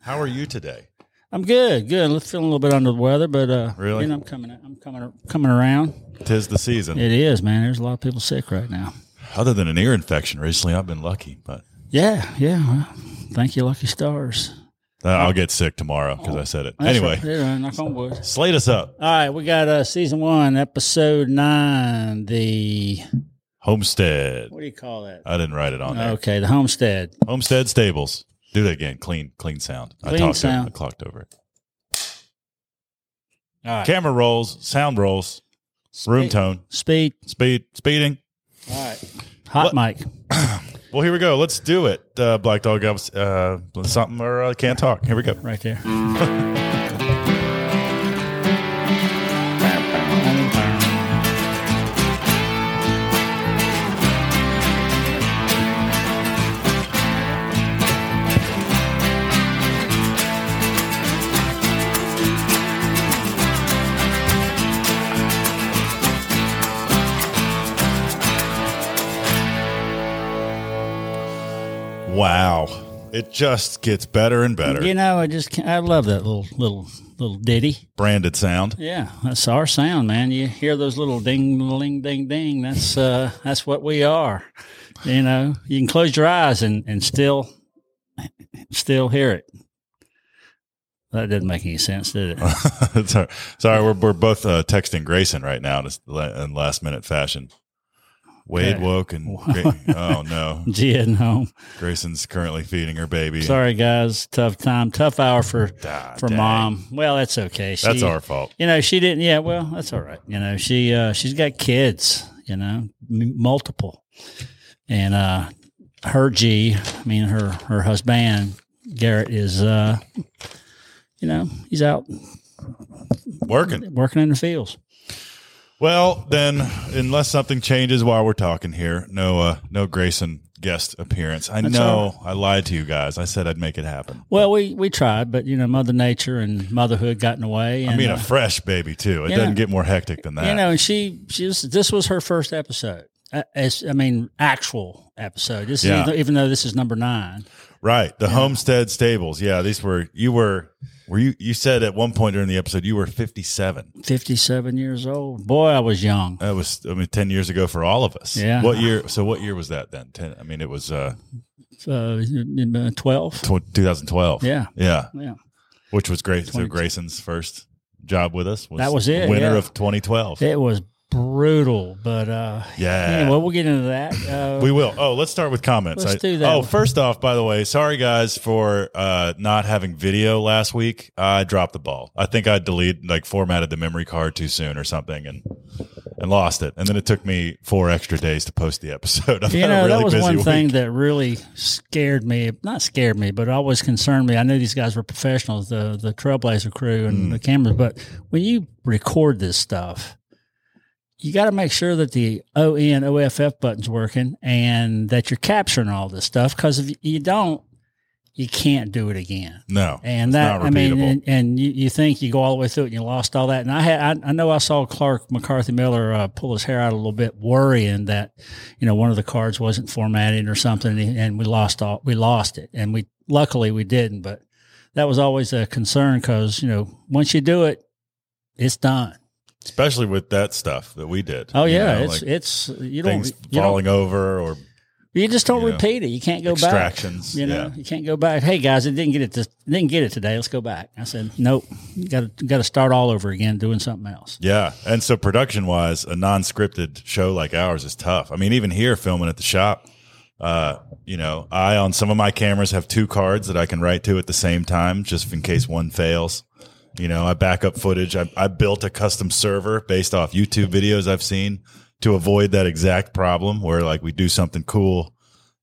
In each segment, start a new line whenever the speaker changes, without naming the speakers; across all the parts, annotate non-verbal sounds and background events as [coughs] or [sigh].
How are you today?
I'm good, good. I'm feeling a little bit under the weather, but uh,
Really?
you know, I'm coming, I'm coming, coming around.
Tis the season.
It is, man. There's a lot of people sick right now.
Other than an ear infection recently, I've been lucky, but
Yeah, yeah. Well, thank you, lucky stars.
uh, I'll get sick tomorrow because I said it.
Oh, That's
Anyway,
right. Yeah, knock on wood.
slate us up.
All right, we got uh, season one, episode nine. The
Homestead.
what do you call that?
I didn't write it on there.
Okay, the homestead.
Homestead Stables. Do that again. Clean, clean sound. I
Clean
talked Over,
sound.
I clocked over it.
All right,
Camera rolls, sound rolls, room
Speed-
tone,
Speed.
speed, speeding.
All right, hot mic.
Well, here we go. Let's do it. Uh, Black Dog, uh, something or uh, can't talk. Here we go. [laughs]
right there.
Wow. It just gets better and better.
You know, I just can't, I love that little little little ditty.
Branded sound.
Yeah, that's our sound, man. You hear those little ding ding ding ding. That's uh that's what we are. You know, you can close your eyes and and still still hear it. That didn't make any sense, did
[laughs]
it?
sorry, sorry we're, we're both uh, texting Grayson right now in, la- in last minute fashion. Wade
Okay.
woke and
[laughs]
Gra- oh no,
Gia and home.
Grayson's currently feeding her baby.
Sorry, guys. Tough time. Tough hour for
Ah,
for
dang.
mom. Well, that's okay. She,
That's our fault.
You know, she didn't. Yeah, well, that's all right. You know, she uh, she's got kids. You know, m- multiple, and uh, her G. I mean, her her husband Garrett is. Uh, you know, he's out
Working
working in the fields.
well. Then, unless something changes while we're talking here, no, uh, no Grayson guest appearance. I know I lied to you guys. I said I'd make it happen.
Well, we we tried, but you know, Mother Nature and motherhood got in the way. And,
I mean,
uh,
a fresh baby too. It
you
doesn't
know-
get more hectic than that.
you know, and she she was, this was her first episode. Uh, As, I mean, actual episode. This
Yeah.
is even though this is number nine.
Right. The homestead stables. Yeah. These were, you were, were you, you said at one point during the episode, you were 57.
57 years old. Boy, I was young.
That was, I mean, 10 years ago for all of us.
Yeah.
What year? So what year was that then? 10, I mean, it was, uh,
Uh, 12.
tw- 2012.
Yeah.
Yeah.
Yeah.
Which was great. So
22.
Grayson's first job with us was,
That was it,
winner
yeah.
of 2012.
It was brutal, but uh,
Yeah.
anyway, we'll get
[laughs]
into that. Uh,
We will. Oh, let's start with comments.
Let's do that.
Oh, first off, by the way, sorry guys for uh, not having video last week. I dropped the ball. I think I deleted, like, formatted the memory card too soon or something, and and lost it. And then it took me four extra days to post the episode. [laughs] I've
you
had
know,
a really
that was
busy
one
week.
thing that really scared me. Not scared me, but always concerned me. I knew these guys were professionals, the, the Trailblazer crew
Mm.
and the cameras, but when you record this stuff, you got to make sure that the ON, OFF button's working and that you're capturing all this stuff because if you don't, you can't do it again.
No,
And
It's
that,
not
I mean,
repeatable.
and, and you, you think you go all the way through it and you lost all that. And I had, I, I know I saw Clark McCarthy Miller uh, pull his hair out a little bit, worrying that, you know, one of the cards wasn't formatted or something, and, he- and we lost all, we lost it, and we luckily we didn't, but that was always a concern because you know once you do it, it's done.
especially with that stuff that we did.
Oh
You
yeah,
know,
it's
like
it's you don't
things
you don't
falling over or
You just don't
you know,
repeat it. You can't go
extractions,
back. You know,
yeah.
you can't go back. Hey guys, I didn't get it. This, didn't get it today. Let's go back. I said, nope. You got to got to start all over again, doing something else.
Yeah. And so production wise, a non scripted show like ours is tough. I mean, even here filming at the shop, uh, you know, I on some of my cameras have two cards that I can write to at the same time just in case one fails. You know, I back up footage. I, I built a custom server based off YouTube videos I've seen to avoid that exact problem where like we do something cool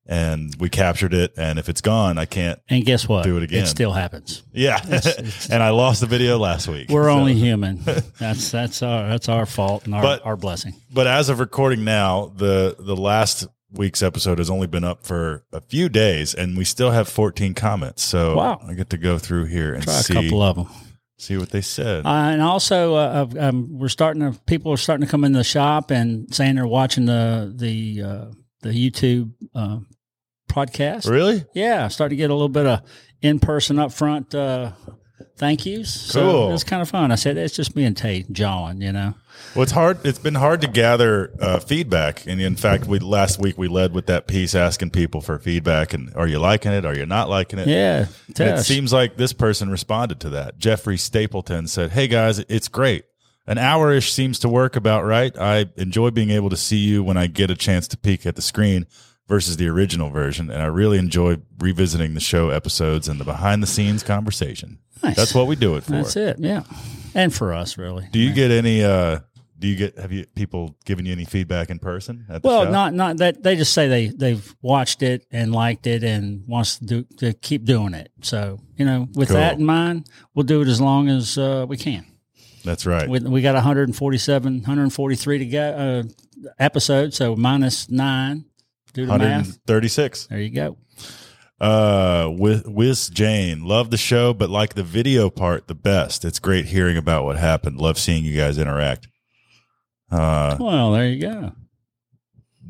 and we captured it. And if it's gone, I can't.
And guess what?
Do it again.
It still
[laughs]
happens.
Yeah. [laughs] and I lost the video last week.
We're
So- [laughs]
only human. That's that's our that's our fault and our,
But-
our blessing.
but as of recording now, the the last week's episode has only been up for a few days, and we still have 14 comments. So
Wow.
I get to go through here and
Try a
see
couple of them.
see what they said.
Uh, and also, uh, I've- um, we're starting to people are starting to come in the shop and saying they're watching the the uh, the YouTube uh, podcast.
really?
Yeah, I'm starting to get a little bit of in person up front uh, thank yous. So
Cool.
it was kind of fun. I said, it's just me and Tate jawing, you know.
Well, it's hard. It's been hard to gather uh, feedback, and in fact, we last week we led with that piece asking people for feedback and are you liking it? Are you not liking it?
Yeah.
And
Tell
it
us.
seems like this person responded to that. Jeffrey Stapleton said, "Hey guys, it's great. An hour ish seems to work about right. I enjoy being able to see you when I get a chance to peek at the screen." Versus the original version, and I really enjoy revisiting the show episodes and the behind the scenes conversation.
Nice.
That's what we do it for.
That's it. Yeah. And for us, really.
Do you get any? uh Do you get? Have you people giving you any feedback in person? At the
Well,
show?
not not that they just say they they've watched it and liked it and wants to, do, to keep doing it. So you know, with
Cool.
that in mind, we'll do it as long as uh, we can.
That's right.
We, we got 147, 143 to go uh, episode. So minus nine. Do the math.
136.
There you go.
Uh, with Wiz Jane, love the show, but like the video part the best. It's great hearing about what happened. Love seeing you guys interact. Uh,
Well, there you go.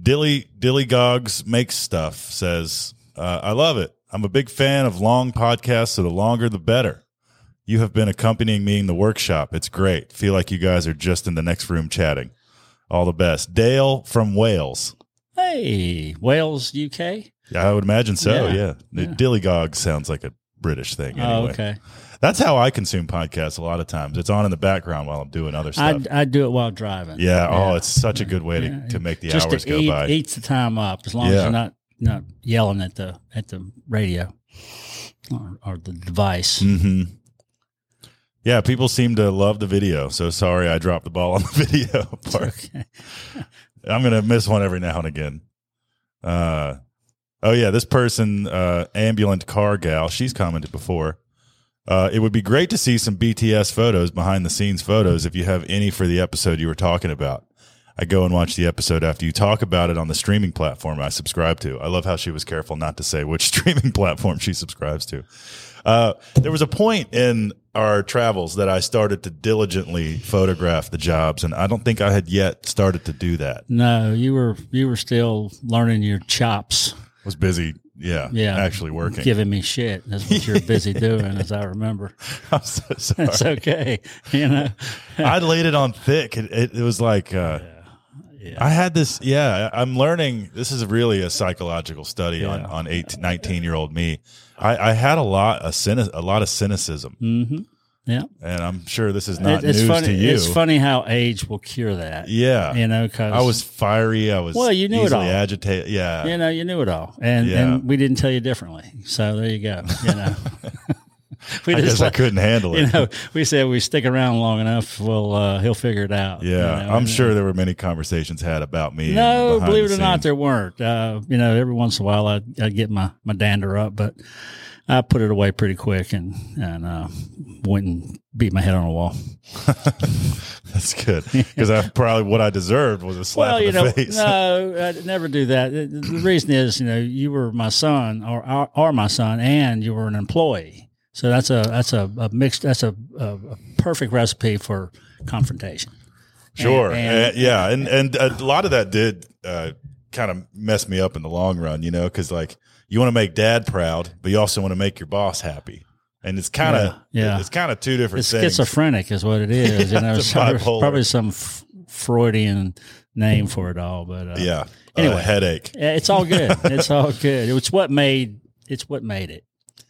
Dilly Dilly Gogs makes stuff says, uh, I love it. I'm a big fan of long podcasts, so the longer the better. You have been accompanying me in the workshop. It's great. Feel like you guys are just in the next room chatting. All the best. Dale from Wales.
Hey, Wales, UK.
Yeah, I would imagine so.
Yeah.
Yeah. The
Yeah.
Dilly Gog sounds like a British thing anyway.
Oh, okay.
That's how I consume podcasts a lot of times. It's on in the background while I'm doing other
I
stuff.
I do it while driving.
yeah, Oh, it's such a good way to,
Yeah.
to make the
just
hours
to
go
eat,
by.
eats the time up as long as
Yeah.
you're not not yelling at the at the radio or, or the device. [laughs]
hmm Yeah, people seem to love the video. So sorry I dropped the ball on the [laughs] video part.
Okay.
I'm going to miss one every now and again. Uh, oh, yeah, this person, uh, ambulant car gal, she's commented before. Uh, it would be great to see some BTS photos, behind the scenes photos, if you have any for the episode you were talking about. I go and watch the episode after you talk about it on the streaming platform I subscribe to. I love how she was careful not to say which [laughs] streaming platform she subscribes to. Uh, there was a point in our travels that I started to diligently photograph the jobs, and I don't think I had yet started to do that.
No, you were you were still learning your chops,
was busy. Yeah.
Yeah.
Actually working.
giving me shit. That's what you're busy doing, as I remember.
[laughs] I'm so sorry.
That's okay. You know.
I laid it on thick. It, it, it was like, uh, I had this. Yeah. I- I'm learning. This is really a psychological study on,
Yeah.
on 18, 19 year old me. I, I had a lot, of cynic, a lot of cynicism
hmm Yeah.
and I'm sure this is not
It- it's
news
funny.
to you.
It's funny how age will cure that.
Yeah.
You know, because
I was fiery. I was
Well, you knew it
easily
all.
agitated. Yeah.
you know, you knew it all, and
Yeah.
and we didn't tell you differently. So there you go.
[laughs]
You know, we
I guess
just
I couldn't handle it.
you know we said we stick around long enough, well uh, he'll figure it out. you
yeah.
know,
I'm
and-
sure there were many conversations had about me. and
No,
behind
believe it
the
or not,
scenes.
there weren't. Uh, you know, every once in a while I I get my my dander up, but I put it away pretty quick and and uh, went and beat my head on a wall.
[laughs] That's good because I probably what I deserved was a slap
well,
in
you
the
know,
face.
no, I never do that. The- The reason is, you know, you were my son, or are are my son, and you were an employee. So that's a that's a, a mixed that's a, a, a perfect recipe for confrontation.
[laughs] Sure. Uh,
and-
yeah, and and a lot of that did uh, kind of mess me up in the long run, you know, because like you want to make dad proud, but you also want to make your boss happy, and it's kind of
Yeah, yeah.
it's kind of two different
It's
things.
schizophrenic, is what it
[laughs]
is.
Yeah,
you know,
it's
so there's
bipolar.
probably some f- Freudian name for it all, but uh,
yeah.
Anyway.
a headache.
it's all good. it's all good. It's what made it's what made it.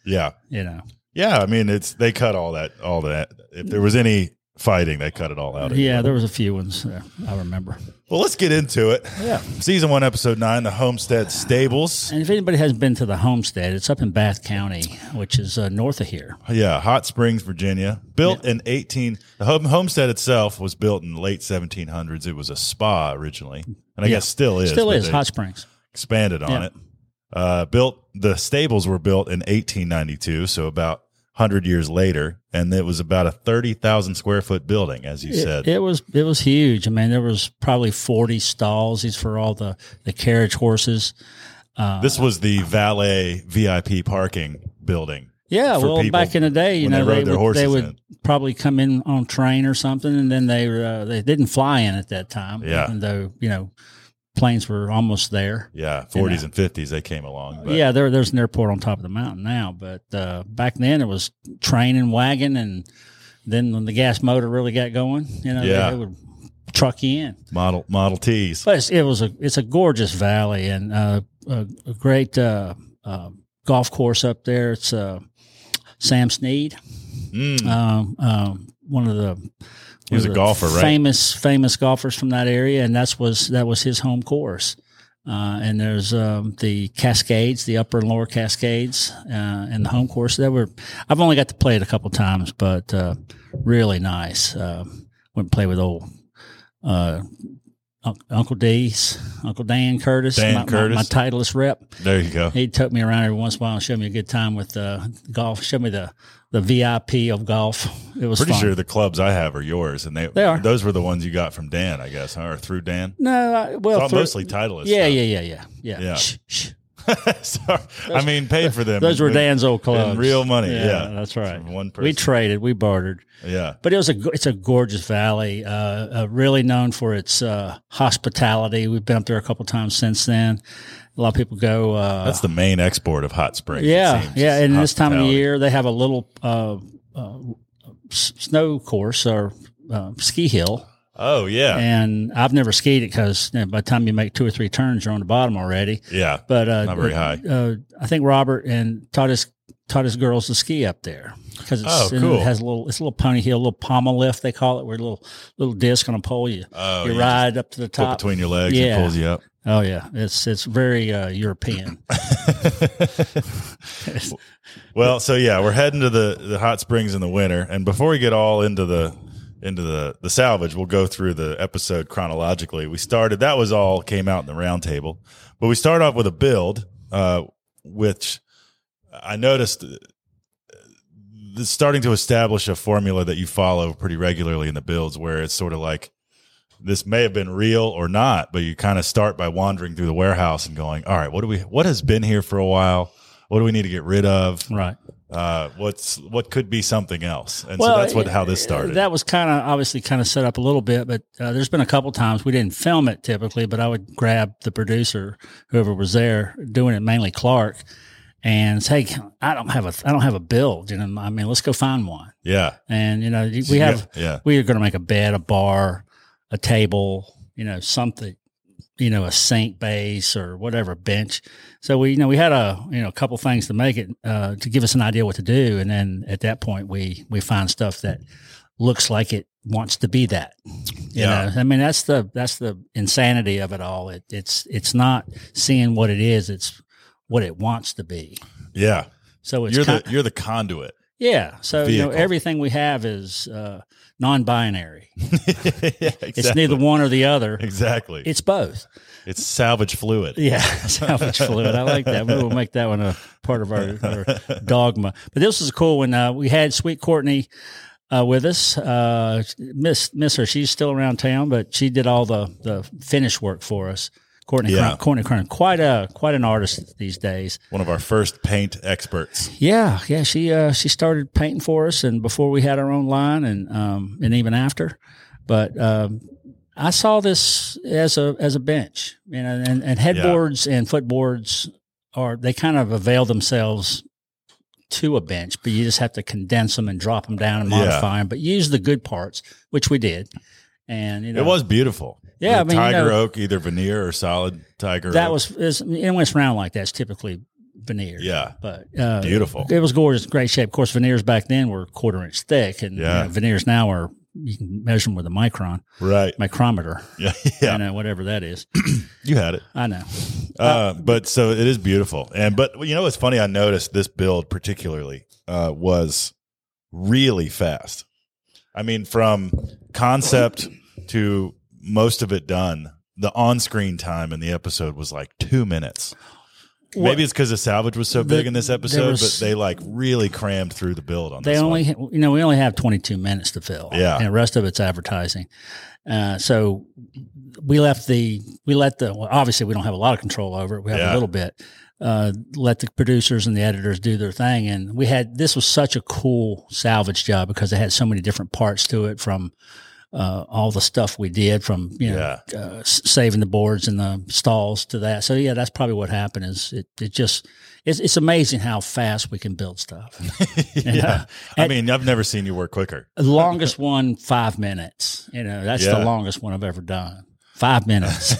Yeah,
You know,
yeah. I mean, it's they cut all that all that. If there was any fighting, they cut it all out.
yeah. There was a few ones there, I remember.
Well, let's get into it.
Yeah.
Season one, episode nine, the Homestead Stables.
And if anybody hasn't been to the homestead, it's up in Bath County, which is uh, north of here.
Yeah, Hot Springs, Virginia. Built in 18 the home, homestead itself was built in the late 1700s. It was a spa originally. And I
Yeah.
guess still is.
Still
but
is
they
Hot Springs.
expanded on
Yeah.
it. Uh, built the stables were built in 1892, so about 100 years later, and it was about a 30,000 square foot building as you
It,
said.
it was it was huge. I mean, there was probably forty stalls. These for all the the carriage horses.
this was the valet VIP parking building.
Yeah,
for
well,
people
back in the day, you
when they
know,
rode
they,
their
would, they
horses
would
in.
probably come in on train or something, and then they uh, they didn't fly in at that time.
Yeah.
even though you know planes were almost there.
Yeah, 40s and 50s they came along. but-
Yeah, there, there's an airport on top of the mountain now, but uh, back then it was train and wagon, and then when the gas motor really got going, you know,
Yeah.
they, they would truck you in.
Model Model Ts.
But it's, it was a it's a gorgeous valley and uh, a, a great uh, uh, golf course up there. It's uh, Sam Snead,
Mm.
um, um, one of the
He was a
one of the
golfer, right?
Famous famous golfers from that area, and that's was that was his home course. Uh, and there's um, the Cascades, the Upper and Lower Cascades, uh, and the home course. That were I've only got to play it a couple times, but uh, really nice. Uh, went and played with old uh, Unc- Uncle D's, Uncle Dan Curtis,
Dan
my, my-
Curtis.
my titleist rep.
there you go.
He took me around every once in a while and showed me a good time with uh, golf. Showed me the the VIP of golf. It was
Pretty
fun.
sure the clubs I have are yours, and they,
They are.
Those were the ones you got from Dan, I guess, huh? or through Dan.
No, I, well,
It's all
through-
mostly Titleist.
Yeah, yeah, yeah, yeah, yeah.
Yeah.
Shh, shh.
[laughs] Sorry. I mean, paid for them.
Those were
in-
Dan's old clubs.
in real money. Yeah,
that's right.
From one
We
person.
traded, we bartered,
yeah.
but it was a go- it's a gorgeous valley, uh, uh, really known for its uh, hospitality. We've been up there a couple times since then. A lot of people go. Uh,
That's the main export of hot springs. it
yeah,
seems,
yeah.
is
And this time of
hospitality.
year, they have a little uh, uh, s- snow course or uh, ski hill,
Oh yeah,
and I've never skied it because by the time you make two or three turns, you're on the bottom already.
yeah.
But uh,
Not very high.
Uh, I think Robert and taught his taught his girls to ski up there because it's
Oh,
and
cool.
it has a little it's a little pony hill, a little pommel lift they call it, where a little little disc on a pole you
Oh,
you
yeah, just
ride up to the
put
top.
between your legs
Yeah.
and pulls you up.
Oh yeah, it's it's very
[coughs]
uh, European.
[laughs] well, so yeah, we're heading to the, the hot springs in the winter, and before we get all into the into the the salvage, we'll go through the episode chronologically. We started that was all came out in the roundtable, but we start off with a build, uh, which I noticed uh, the starting to establish a formula that you follow pretty regularly in the builds, where it's sort of like this may have been real or not, but you kind of start by wandering through the warehouse and going, all right, what do we, what has been here for a while? What do we need to get rid of?
right.
Uh, what's, what could be something else? And so that's what, how this started.
That was kind of obviously kind of set up a little bit, but uh, there's been a couple times we didn't film it typically, but I would grab the producer, whoever was there doing it, mainly Clark, and say, "Hey, I don't have a I don't have a build, you know. I mean, let's go find one."
yeah.
And you know, we have
yeah.
we are going to make a bed, a bar, a table, you know, something, you know, a sink base or whatever bench. So we, you know, we had a, you know, a couple things to make it uh, to give us an idea what to do, and then at that point we we find stuff that looks like it wants to be that. You
Yeah.
know, I mean that's the that's the insanity of it all. It, it's it's not seeing what it is; it's what it wants to be.
Yeah.
So it's
You're
kind,
the, you're the conduit. [laughs]
yeah. So you know,
vehicle.
everything we have is uh, non-binary.
yeah, exactly.
[laughs] It's neither one or the other.
Exactly. It's,
It's both.
salvage fluid.
[laughs] Yeah, salvage fluid. I like that. We will make that one a part of our, our dogma. But this was cool when uh, we had Sweet Courtney uh, with us. Uh, miss miss her. She's still around town, but she did all the the finish work for us. Courtney,
Yeah.
Kern, Courtney Kern, quite a quite an artist these days.
One of our first paint experts.
Yeah, yeah. She uh, she started painting for us, and before we had our own line, and um, and even after. But um, I saw this as a as a bench, you know, and, and headboards and footboards are they kind of avail themselves to a bench, but you just have to condense them and drop them down and
Yeah.
modify them, but use the good parts, which we did. And you know,
It was beautiful.
Yeah,
The
I mean, you
tiger
know-
oak, either veneer or solid tiger.
that
oak.
was is and when it's round like that, it's typically veneered.
yeah,
but uh,
beautiful.
It was gorgeous, great shape. Of course, veneers back then were quarter inch thick, and you
Yeah.
know, veneers now are you can measure them with a micron,
Right.
micrometer,
Yeah, [laughs] yeah.
you know, whatever that is.
You had it.
I know.
Uh, but so it is beautiful. And but you know what's funny? I noticed this build particularly uh, was really fast. I mean, from concept to most of it done, the on-screen time in the episode was like two minutes. Maybe it's because the salvage was so
The-
big in this
there
episode,
was-
but they like really crammed through the build on
They
this
only,
one.
you know, we only have 22 minutes to fill.
Yeah.
And the rest of it's advertising. Uh, so we left the, we let the, well, obviously we don't have a lot of control over it. We have
Yeah.
a little bit. Uh, let the producers and the editors do their thing. And we had, this was such a cool salvage job because it had so many different parts to it from, uh, all the stuff we did from you know uh, s- saving the boards and the stalls to that. So yeah, that's probably what happened. Is it, it just it's, it's amazing how fast we can build stuff. [laughs]
yeah. [laughs] I
At-
mean, I've never seen you work quicker. [laughs]
The longest one five minutes. You know that's
Yeah.
the longest one I've ever done. Five
[laughs]
minutes.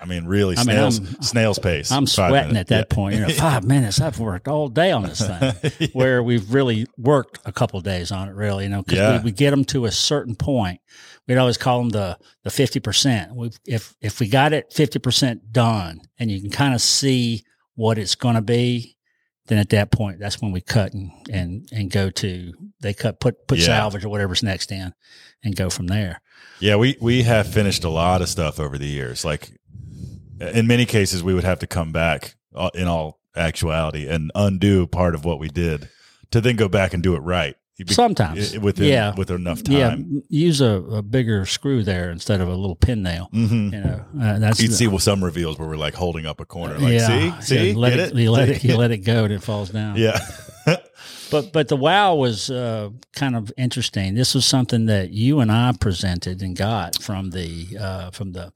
I mean, really,
I mean,
snails,
I'm-
snails pace.
I'm
Five
sweating
minutes.
at that point. You know,
[laughs]
five minutes. I've worked all day on this thing, where we've really worked a couple days on it. Really, you know, because
Yeah.
we, we get them to a certain point. We'd always call them the the fifty percent. If if we got it fifty percent done, and you can kind of see what it's going to be, then at that point, that's when we cut and and, and go to they cut put put
Yeah.
salvage or whatever's next in, and go from there.
Yeah, we we have finished a lot of stuff over the years. Like in many cases, we would have to come back uh, in all actuality and undo part of what we did to then go back and do it right. You'd be-
Sometimes,
i- within
yeah.
with enough
Yeah,
time,
m- use a, a bigger screw there instead of a little pin nail.
hmm
You know, uh, that's
you'd
the-
see well, some reveals where we're like holding up a corner, like see, see,
Yeah, let
get
it,
it,
You let it, you let it go, and it falls
[laughs]
down.
yeah,
But but the wow was uh, kind of interesting. This was something that you and I presented and got from the uh, from the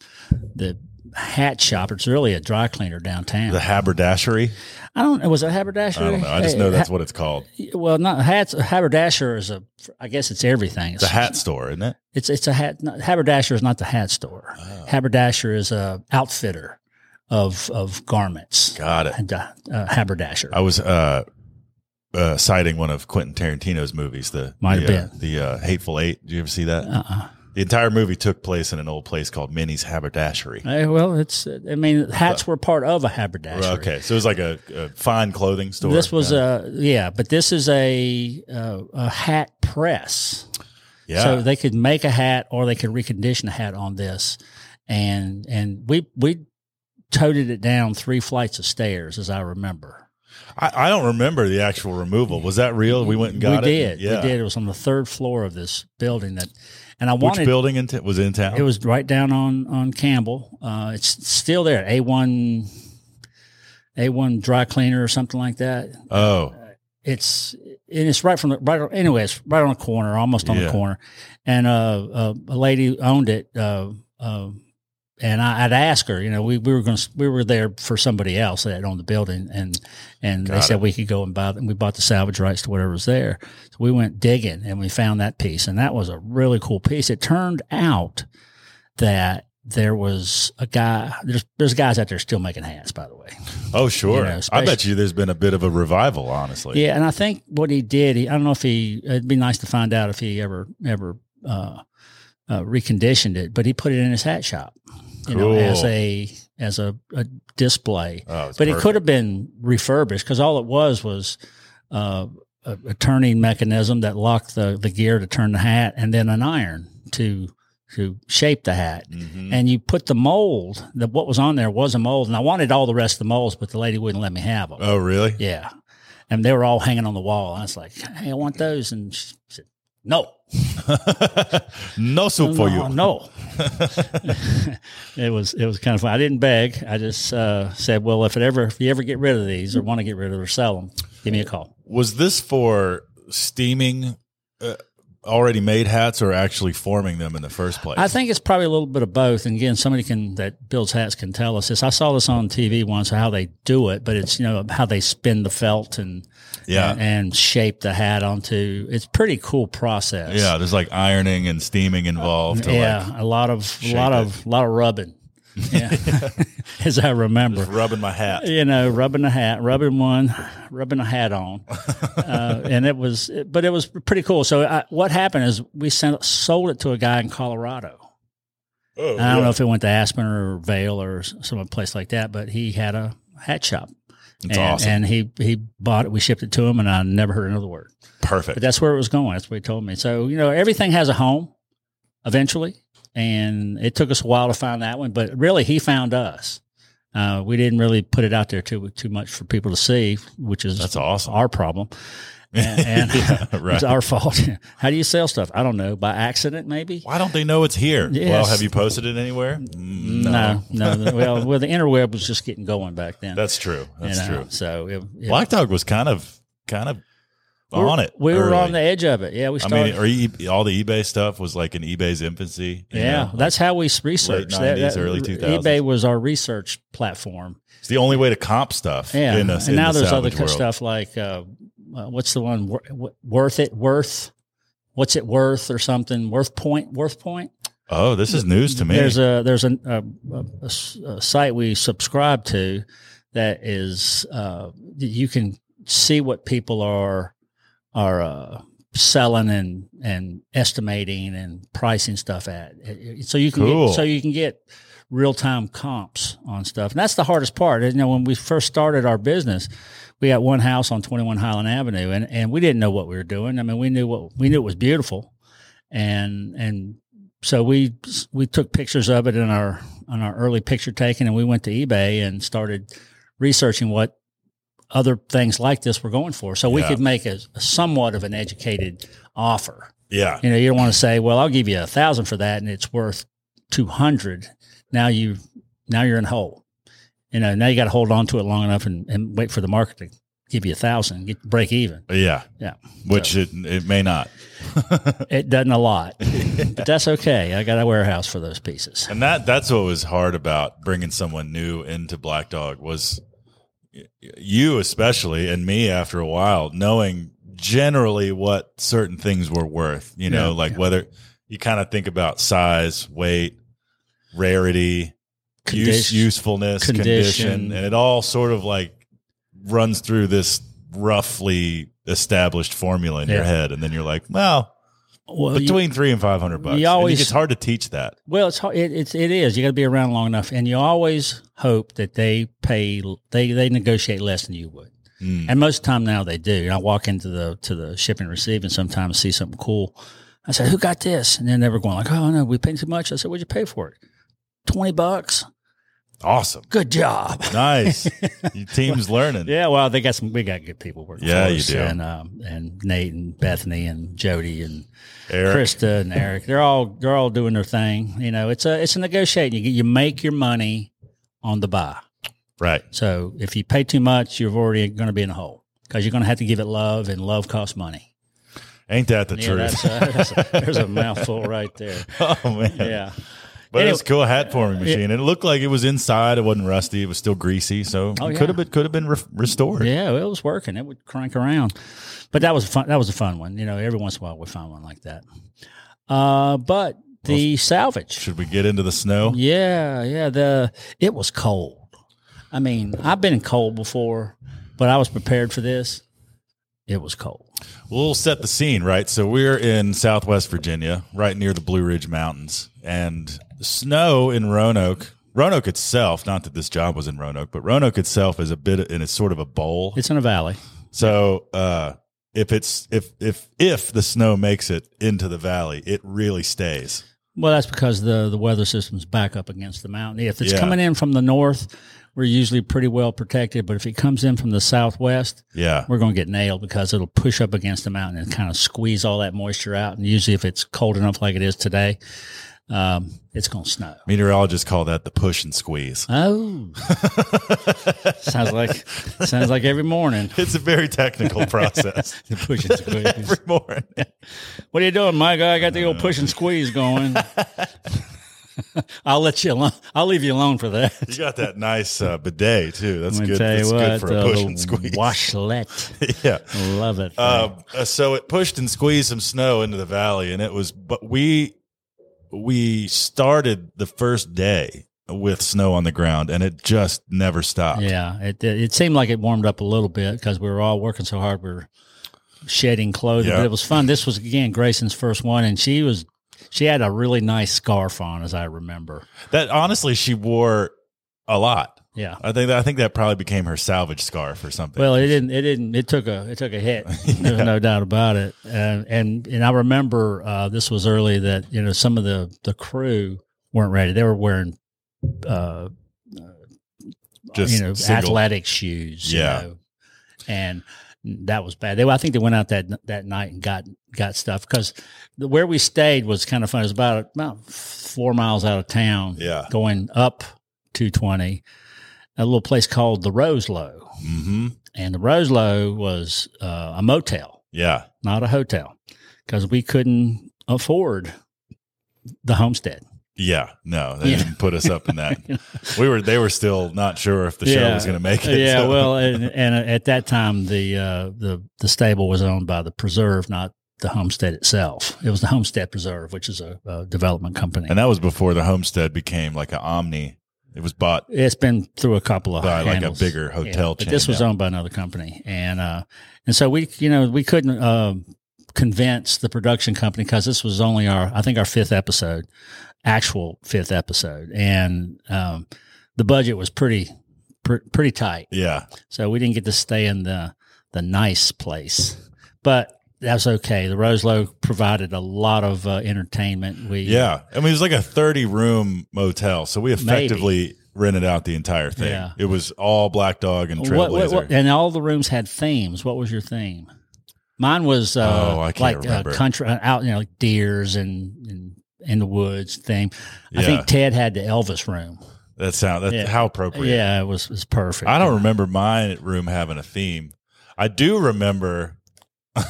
the hat shop. It's really a dry cleaner downtown.
the haberdashery.
I don't. Was it haberdashery?
I don't know. I just
Hey,
know that's what it's called.
ha- well, not hats. Haberdasher is a. I guess it's everything. It's
It's a hat store, isn't it? Oh,
It's it's a hat. Not, haberdasher is not the hat store. Haberdasher is a outfitter of of garments.
Got it.
And, uh, uh, haberdasher.
I was uh, uh, citing one of Quentin Tarantino's movies, the
Might
the,
have
uh, the uh, Hateful Eight. Did you ever see that?
Uh-uh.
The entire movie took place in an old place called Minnie's Haberdashery.
Eh, well, it's. I mean, hats were part of a haberdashery.
Okay, so it was like a, a fine clothing store.
This was uh,
yeah.
a yeah, but this is a uh, a hat press,
yeah.
so they could make a hat or they could recondition a hat on this, and and we we toted it down three flights of stairs, as I remember.
I, I don't remember the actual removal. Was that real? We went and got
we
it.
did, we did. It was on the third floor of this building that, and I
Which
wanted
building in t- was in town?
It was right down on on Campbell. Uh, it's still there. A one, A one dry cleaner or something like that.
oh,
It's and it's right from the right. on- Anyway, it's right on a corner, almost on
Yeah.
the corner. And uh, uh, a lady owned it. Uh, uh, and I, I'd ask her. You know, we, we were going to we were there for somebody else that owned the building, and and they
Got
said we could go and buy them. We bought the salvage rights to whatever was there. So we went digging and we found that piece, and that was a really cool piece. It turned out that there was a guy. There's there's guys out there still making hats, by the way.
oh, sure.
know,
I bet you there's been a bit of a revival, honestly.
Yeah, and I think what he did, he, I don't know if he. It'd be nice to find out if he ever ever uh, uh, reconditioned it, but he put it in his hat shop, you know,
Cool.
as a as a, a display.
Oh, it's
but it
perfect.
could have been refurbished because all it was was uh, a, a turning mechanism that locked the the gear to turn the hat, and then an iron to to shape the hat
Mhm.
and you put the mold that what was on there was a mold and i wanted all the rest of the molds but the lady wouldn't let me have them
Oh, really? [laughs]
yeah and they were all hanging on the wall and i was like hey i want those and she said no
no soup for you. [laughs]
no [laughs] it was it was kind of fun i didn't beg i just uh, said well if it ever if you ever get rid of these or want to get rid of them or sell them give me a call
Was this for steaming uh, already made hats or actually forming them in the first place?
I think it's probably a little bit of both. And again, somebody can that builds hats can tell us this. I saw this on TV once how they do it, but it's you know how they spin the felt and
Yeah.
and, and shape the hat onto. It's pretty cool process.
yeah, there's like ironing and steaming involved. To
yeah, a lot of a
shape
lot of lot of
[laughs]
rubbing. Yeah, as I remember.
Like [laughs] rubbing my hat.
You know, rubbing a hat, rubbing one, rubbing a hat on, uh, and it was, but it was pretty cool. So, I, what happened is we sent, sold it to a guy in Colorado,
Oh,
I don't
yeah.
know if it went to Aspen or Vale or s- some place like that, but he had a hat shop.
That's
and,
awesome.
And he, he bought it. We shipped it to him, and I never heard another word. But
Perfect.
that's where it was going. That's what he told me. So, you know, everything has a home eventually. And it took us a while to find that one, but really, he found us. Uh, we didn't really put it out there too too much for people to see, which is
That's awesome.
our problem. And,
[laughs]
and
Yeah,
[laughs] it's
right.
our fault. How do you sell stuff? I don't know. By accident, maybe?
Why don't they know it's here?
Yes.
Well, have you posted it anywhere? Mm,
No, no. the- well, well, the interweb was just getting going back then.
That's true. That's
you know,
true.
So it, it-
Black Dog was kind of kind of on it.
We were
early.
on the edge of it. Yeah, we
I
started.
mean, or e- all the eBay stuff was like in eBay's infancy. you
yeah,
know?
that's how we s- researched. That-
90s,
that-
early 2000s.
eBay was our research platform.
it's the only way to comp stuff.
Yeah,
in the,
and
in
now
the
there's other
salvage
co-
world.
stuff like uh, uh, what's the one Wor- Wor- worth it worth. What's it worth or something? Worth point? Worth point?
Oh, this is news to me.
There's a there's an- a, a- a s- a site we subscribe to that is uh, you can see what people are are uh, selling and and estimating and pricing stuff at. So you can
Cool.
get, so you can get real time comps on stuff, and that's the hardest part. You know, when we first started our business, we got one house on 21 Highland Avenue, and and we didn't know what we were doing. I mean, we knew what we knew it was beautiful, and and so we we took pictures of it in our on our early picture taking, and we went to eBay and started researching what other things like this were going for, so we
Yeah.
could make a, somewhat of an educated offer.
yeah,
You know, you don't want to say, "Well, I'll give you a thousand for that, and it's worth two hundred. Now you now you're in a hole. You know, now you got to hold on to it long enough and, and wait for the market to give you a thousand, get break even.
yeah,
Yeah.
Which it it may not.
[laughs] It doesn't a lot, but that's okay. I got a warehouse for those pieces.
And that that's what was hard about bringing someone new into Black Dog was y- you especially and me after a while knowing generally what certain things were worth, you know,
Yeah,
like whether you kind of think about size, weight, rarity, use,
Condition-
usefulness, condition.
condition.
and it all sort of like runs through this roughly established formula in your
Yeah.
head and then you're like, well,
Well, you-
between 3 and 500 bucks. And you
always-
it's hard to teach that.
Well, it's hard- it, it's it is. You got to be around long enough, and you always hope that they pay they they negotiate less than you would.
Mm.
And most of the time now they do. And I walk into the to the shipping and receive, and sometimes see something cool. I say, "Who got this?" And they're never going like, "Oh no, we paid too much." I said, "What'd you pay for it? Twenty bucks.
Awesome.
Good job."
Nice.
[laughs]
Your team's learning.
Yeah, well, they got some. We got good people working.
Yeah,
for
you
us,
do.
And um, and Nate and Bethany and Jody and
Eric,
Krista and Eric. They're all they're all doing their thing. You know, it's a it's a negotiating. You you make your money on the buy.
Right.
So if you pay too much, you're already going to be in a hole because you're going to have to give it love, and love costs money.
Ain't that the
Yeah,
truth? [laughs]
that's a, that's a, there's a mouthful right there.
oh man.
Yeah,
But
Anyway- uh,
it's a cool hat forming machine. and it looked like it was inside. It wasn't rusty. It was still greasy. So
Oh,
it
yeah.
could have been could have been re- restored.
yeah, it was working. It would crank around, but that was a fun. That was a fun one. You know, every once in a while we find one like that. Uh, but the salvage.
Should we get into the snow?
Yeah, yeah. The it was cold. I mean, I've been in cold before, but I was prepared for this. It was cold.
We'll set the scene, right? So we're in Southwest Virginia, right near the Blue Ridge Mountains, and snow in Roanoke. Roanoke itself, not that this job was in Roanoke, but Roanoke itself is a bit, and it's sort of a bowl.
It's in a valley.
So uh, if it's if if if the snow makes it into the valley, it really stays.
Well, that's because the the weather system's back up against the mountain. If it's
Yeah.
coming in from the north, we're usually pretty well protected. But if it comes in from the southwest,
Yeah,
we're going to get nailed because it'll push up against the mountain and kind of squeeze all that moisture out. And usually, if it's cold enough like it is today, um, it's going to snow.
meteorologists call that the push and
[laughs]
squeeze.
Oh, sounds like sounds like every morning.
It's a very
[laughs]
technical process.
Push and squeeze.
Every morning,
[laughs] What are you doing, Mike? I got the old push and
[laughs]
squeeze going. I'll let you alone. I'll leave you alone for that.
you got that nice uh, bidet too. That's
Let me
good.
tell you
That's
what,
good for a
uh,
push
the
and squeeze.
Washlet,
[laughs] yeah.
love it.
Um, [laughs] uh, so it pushed and squeezed some snow into the valley, and it was. But we we started the first day with snow on the ground, and it just never stopped.
yeah, it it seemed like it warmed up a little bit because we were all working so hard. We were shedding clothing,
Yeah.
but it was fun. This was again Grayson's first one, and she was she had a really nice scarf on, as I remember.
That honestly, she wore a lot.
Yeah.
I think that, I think that probably became her salvage scarf or something.
Well, it didn't. It didn't. It took a. It took
[laughs]
a hit. There's no doubt about it. And and and I remember uh, this was early that you know some of the the crew weren't ready. They were wearing. Uh,
just
you know
single.
athletic shoes.
Yeah.
you know, and that was bad. They, I think they went out that that night and got got stuff because where we stayed was kind of fun. It was about about four miles out of town.
Yeah.
going up two twenty, a little place called the Rose Low,
hmm
and the Rose Low was uh, a motel.
Yeah.
not a hotel, because we couldn't afford
[laughs]
the homestead.
Yeah. No, they
Yeah.
didn't put us up in
[laughs]
that. we were, they were still not sure if the show
Yeah.
was going to make it.
yeah,
so-
well, and, and at that time, the uh, the the stable was owned by the preserve, not the homestead itself. It was the Homestead Preserve, which is a, a development company.
and that was before the homestead became like a omni. It was bought
it's been through a couple of
by like a
handles.
bigger
Yeah,
hotel
but
chain.
This was
now.
owned by another company, and uh, and so we, you know, we couldn't uh, convince the production company because this was only our, I think, our fifth episode, actual fifth episode, and um, the budget was pretty, pr- pretty tight,
yeah.
so we didn't get to stay in the the nice place, but. That's okay. The Roselo provided a lot of uh, entertainment. We
Yeah. I mean, it was like a 30 room motel. So we effectively rented out the entire thing.
Yeah.
It was all Black Dog and Trailblazer.
What- what- what- and all the rooms had themes. What was your theme? Mine was uh,
Oh, I can't
like
remember.
Uh, country uh, out, you know, like deers and, and in the woods theme. I
Yeah.
think Ted had the Elvis room.
that sound, that's
Yeah.
how appropriate.
Yeah, it was, it was perfect.
I don't remember my room having a theme. I do remember.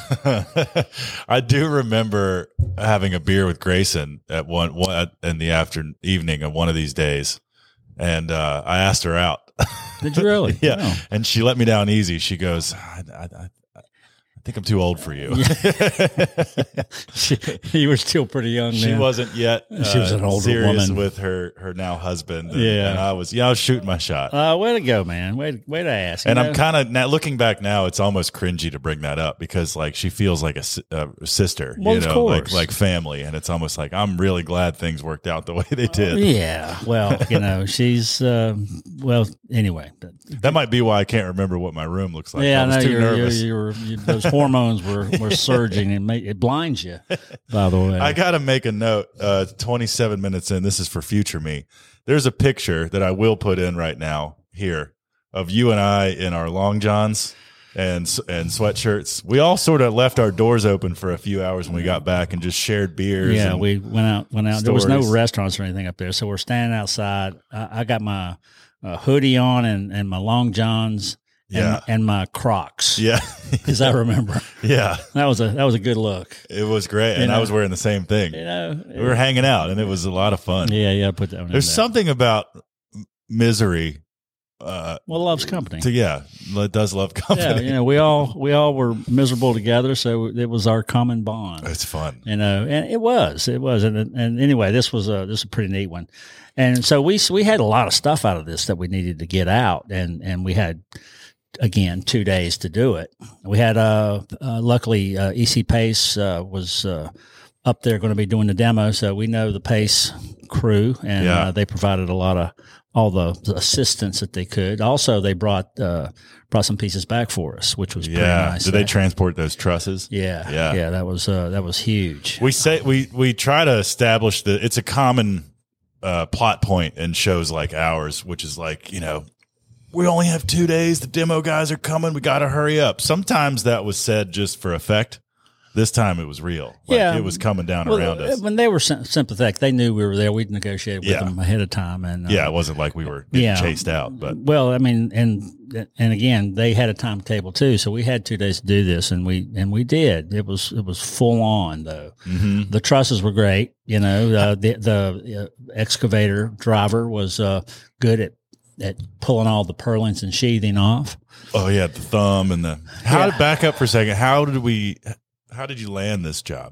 [laughs] I do remember having a beer with Grayson at one, one in the after evening of one of these days, and uh, I asked her out.
[laughs] Did you really?
[laughs] Yeah.
No.
And she let me down easy. She goes, I, I, I, I think I'm too old for you.
She, [laughs] you were still pretty
[laughs]
young.
she
then.
wasn't yet.
She was
uh,
an older
serious
woman.
with her her now husband. And,
Yeah.
and I was yeah, I was shooting my shot.
Uh, way to go, man. Way, to- way to ask. you
and
know?
I'm kind of now looking back now, it's almost cringy to bring that up because like she feels like a, si- a sister,
Well,
you
of
know, like
course.
like family, and it's almost like I'm really glad things worked out the way they did.
Yeah. Well, you
[laughs]
know, she's, uh, well, anyway. But,
That might be why I can't remember what my room looks like.
yeah,
I was
I know
too
you're, you're,
nervous.
you're, you those hormones were, were
[laughs]
surging and make, it blinds you. By the way,
I got to make a note. Uh, 27 minutes in. This is for future me. There's a picture that I will put in right now here of you and I in our long johns and s- and sweatshirts. We all sort of left our doors open for a few hours when we got back and just shared beers.
Yeah,
and-
we went out. Went out. There was no
stories.
restaurants or anything up there, so we're standing outside. I, I got my uh, hoodie on and, and my long johns and,
yeah,
and my Crocs.
[laughs]
[laughs]
yeah,
as I remember,
yeah.
that was a that was a good look.
It was great, and I
know.
was wearing the same thing.
You know,
We were hanging out, and it was a lot of fun.
yeah, yeah. I Put that one. in
There's
there.
something about m- misery. Uh,
well, loves company.
to yeah, lo- does love [laughs]
yeah,
company.
you know, we all we all were miserable together, so it was our common bond.
It's fun.
you know and it was it was and, and anyway this was a this was a pretty neat one and so we we had a lot of stuff out of this that we needed to get out and and we had again two days to do it we had uh, uh luckily uh, ec pace uh, was uh up there going to be doing the demo so we know the pace crew and
Yeah.
uh, they provided a lot of all the, the assistance that they could also they brought uh brought some pieces back for us which was pretty
Yeah.
nice
Did they transport those trusses?
yeah,
Yeah.
yeah, yeah. That was uh, that was huge.
We say we we try to establish the it's a common uh, plot point in shows like ours, which is like you know we only have two days. The demo guys are coming. We got to hurry up. Sometimes that was said just for effect. This time it was real. Like,
Yeah.
it was coming down
Well, uh,
around us.
When they were sym- sympathetic, they knew we were there. We'd negotiated with
Yeah.
them ahead of time, and uh,
yeah, it wasn't like we were getting
Yeah.
chased out, but
Well, I mean, and and again, they had a timetable too, so we had two days to do this, and we and we did. It was it was full on though.
mhm.
The trusses were great. You know, uh, the the uh, excavator driver was uh, good at at pulling all the purlins and sheathing off.
oh yeah, the thumb and the how
Yeah.
back up for a second. How did we? How did you land this job?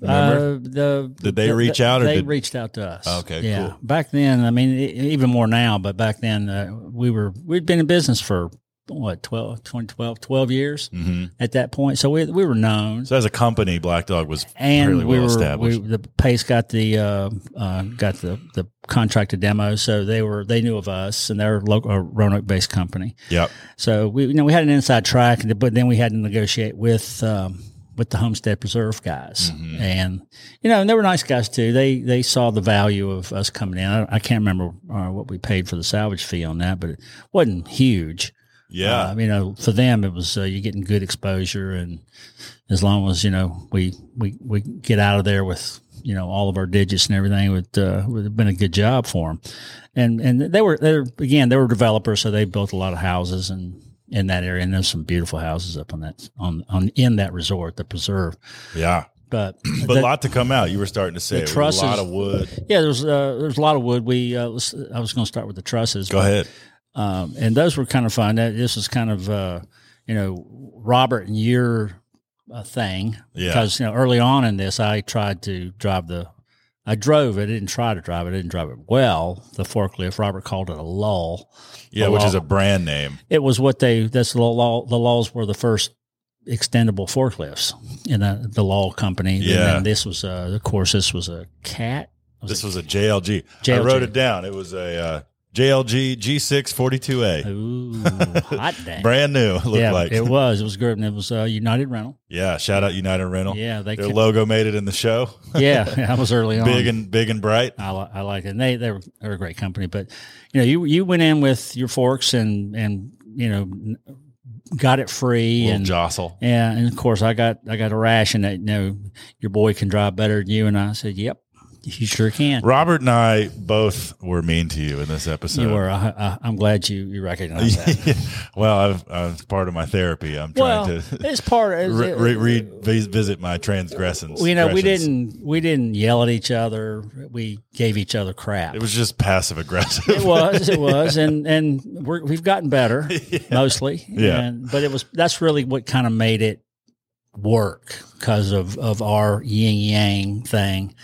Remember?
Uh, the
Did they reach out or
they
did-
reached out to us?
Okay,
yeah.
cool.
Back then, I mean, e- even more now, but back then uh, we were we'd been in business for what 12, 20, 12, 12 years
hmm
at that point, so we we were known,
So as a company, Black Dog was
and
really
we
well
were we,
established.
the Pace got the uh, uh, got the the contract to demo, so they were they knew of us, and they're a local a Roanoke based company,
yep.
so we you know we had an inside track, but then we had to negotiate with um, with the Homestead Preserve guys,
Mhm.
and you know and they were nice guys too. They they saw the value of us coming in. I, I can't remember uh, what we paid for the salvage fee on that, but it wasn't huge.
Yeah.
Uh, you know for them it was uh, you're getting good exposure, and as long as you know we we we get out of there with you know all of our digits and everything would uh, would have been a good job for them and and they were they were again they were developers so they built a lot of houses and in that area. And there's some beautiful houses up on that on on in that resort, the preserve.
Yeah.
But
But a
the-
lot to come out. You were starting to say
The
it was
trusses-
a lot of wood.
yeah, there's uh, there's a lot of wood. We uh, let's- I was going to start with the trusses.
Go ahead.
um, and those were kind of fun. That this was kind of uh, you know Robert and your uh, thing
Yeah.
because you know early on in this, I tried to drive the, I drove it. I didn't try to drive it. I didn't drive it well. The forklift. Robert called it a lull.
yeah,
a
which is
lot.
a brand name.
It was what they. That's the law. The laws were the first extendable forklifts in the, the law company. And
Yeah.
then this was, uh, of course, this was a cat. Was
This
it-
was a JLG. I
JLG.
wrote it down. It was a uh, JLG G6 42A.
Ooh,
[laughs]
hot dang.
Brand new, it looked
yeah,
like.
it was. It was good. And it was uh, United Rental.
yeah, shout out United Rental.
Yeah, they
Their
ca-
logo made it in the show.
[laughs]
[laughs]
yeah, I was early on.
Big and big and bright.
I, li- I like it. And they they were, they were a great company, but you know, you you went in with your forks and and you know n- got it free
Little
and
jostle.
[laughs] yeah, and of course I got I got a rash and that you know your boy can drive better than you and I said, yep, he sure can.
Robert and I both were mean to you in this episode.
You
[laughs]
were. I, I, I'm glad you you recognize that.
well, I've, i part of my therapy. I'm trying
well, [laughs]
to
it's part of
re- re- re- revisit my transgressions.
uh, you know, we
transgressions.
didn't we didn't yell at each other. We gave each other crap.
It was just passive aggressive. [laughs]
It was, it was, and and we're, we've gotten better mostly.
Yeah.
and, but it was that's really what kind of made it work because of of our yin yang thing,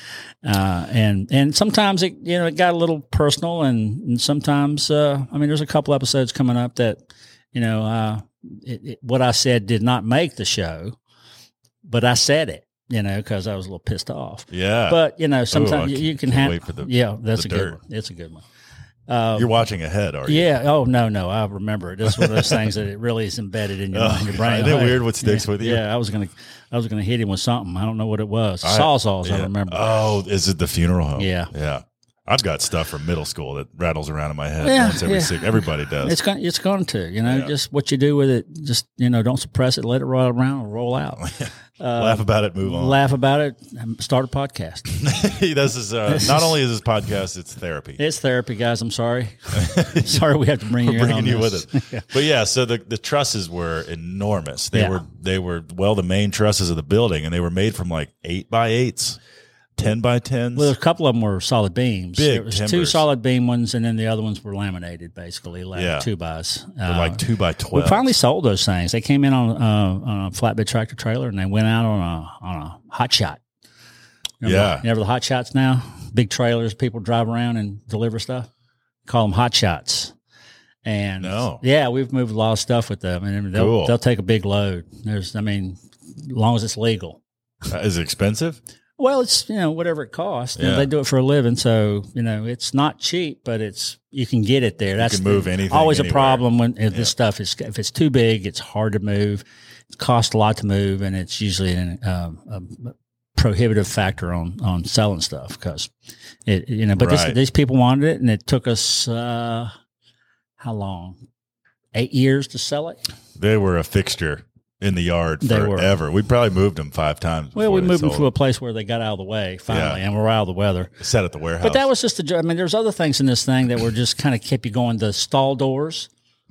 uh, and and sometimes it you know it got a little personal, and, and sometimes uh, I mean there's a couple episodes coming up that you know uh, it, it, what I said did not make the show, but I said it you know because I was a little pissed off.
yeah.
But you know, sometimes
Uh, oh, I
you, you can
can't
have.
wait for the-
yeah, that's
the
a good
dirt.
one. It's a good one. Um,
You're watching ahead, are you?
yeah. Oh no, no, I remember. It's one of those things that it really is embedded in your,
[laughs] Oh,
in your
God.
brain.
Isn't it
Hey,
weird what sticks
yeah,
with you?
Yeah, I was gonna, I was gonna hit him with something. I don't know what it was.
I-
Sawzalls, I
Yeah.
remember.
Oh, is it the funeral home?
Yeah.
Yeah. I've got stuff from middle school that rattles around in my head
Yeah,
once every
yeah.
six. Everybody does.
it's going, it's going to, you know,
Yeah.
just what you do with it. Just you know, don't suppress it. Let it roll around and
[laughs]
roll out. Uh,
Laugh about it, move on. [laughs]
laugh about it. and Start a podcast.
this is uh,
This
not
is-
only is this podcast, it's therapy.
it's therapy, guys.
[laughs]
I'm sorry. sorry, we have to bring you
We're
in on
bringing you
this.
with
[laughs]
us. But yeah, so the, the trusses were enormous. They
Yeah.
were they were well the main trusses of the building, and they were made from like eight by eights, ten by tens.
Well, a couple of them were solid beams.
Big
there was two
timbers.
solid beam ones, and then the other ones were laminated, basically, like
Yeah.
two bys.
They're
Uh,
like two by
we
twelve.
finally sold those things. They came in on, uh, on a flatbed tractor trailer, and they went out on a on a hot shot. Remember-
Yeah.
you remember the hot shots now? Big trailers, people drive around and deliver stuff. Call them hot shots. And
No.
yeah, we've moved a lot of stuff with them, and they'll
Cool.
they'll take a big load. There's, I mean, as long as it's legal.
That is expensive.
Well, it's you know whatever it costs. You know,
Yeah.
they do it for a living, so you know it's not cheap, but it's you can get it there. That's
can
the-
move anything
Always
anywhere.
a problem when if
Yeah.
this stuff is if it's too big, it's hard to move. It costs a lot to move, and it's usually an, um, a prohibitive factor on on selling stuff because it you know. But
Right.
this, these people wanted it, and it took us uh, how long? Eight years to sell it.
They were a fixture in the yard
They were.
forever. We probably moved them five times.
Well,
before
we
they
moved them
sold.
to a place where they got out of the way finally, and we're out of the weather.
set at the warehouse.
But that was just a. jo- I mean, there's other things in this thing that were just kind of kept you going. The stall doors,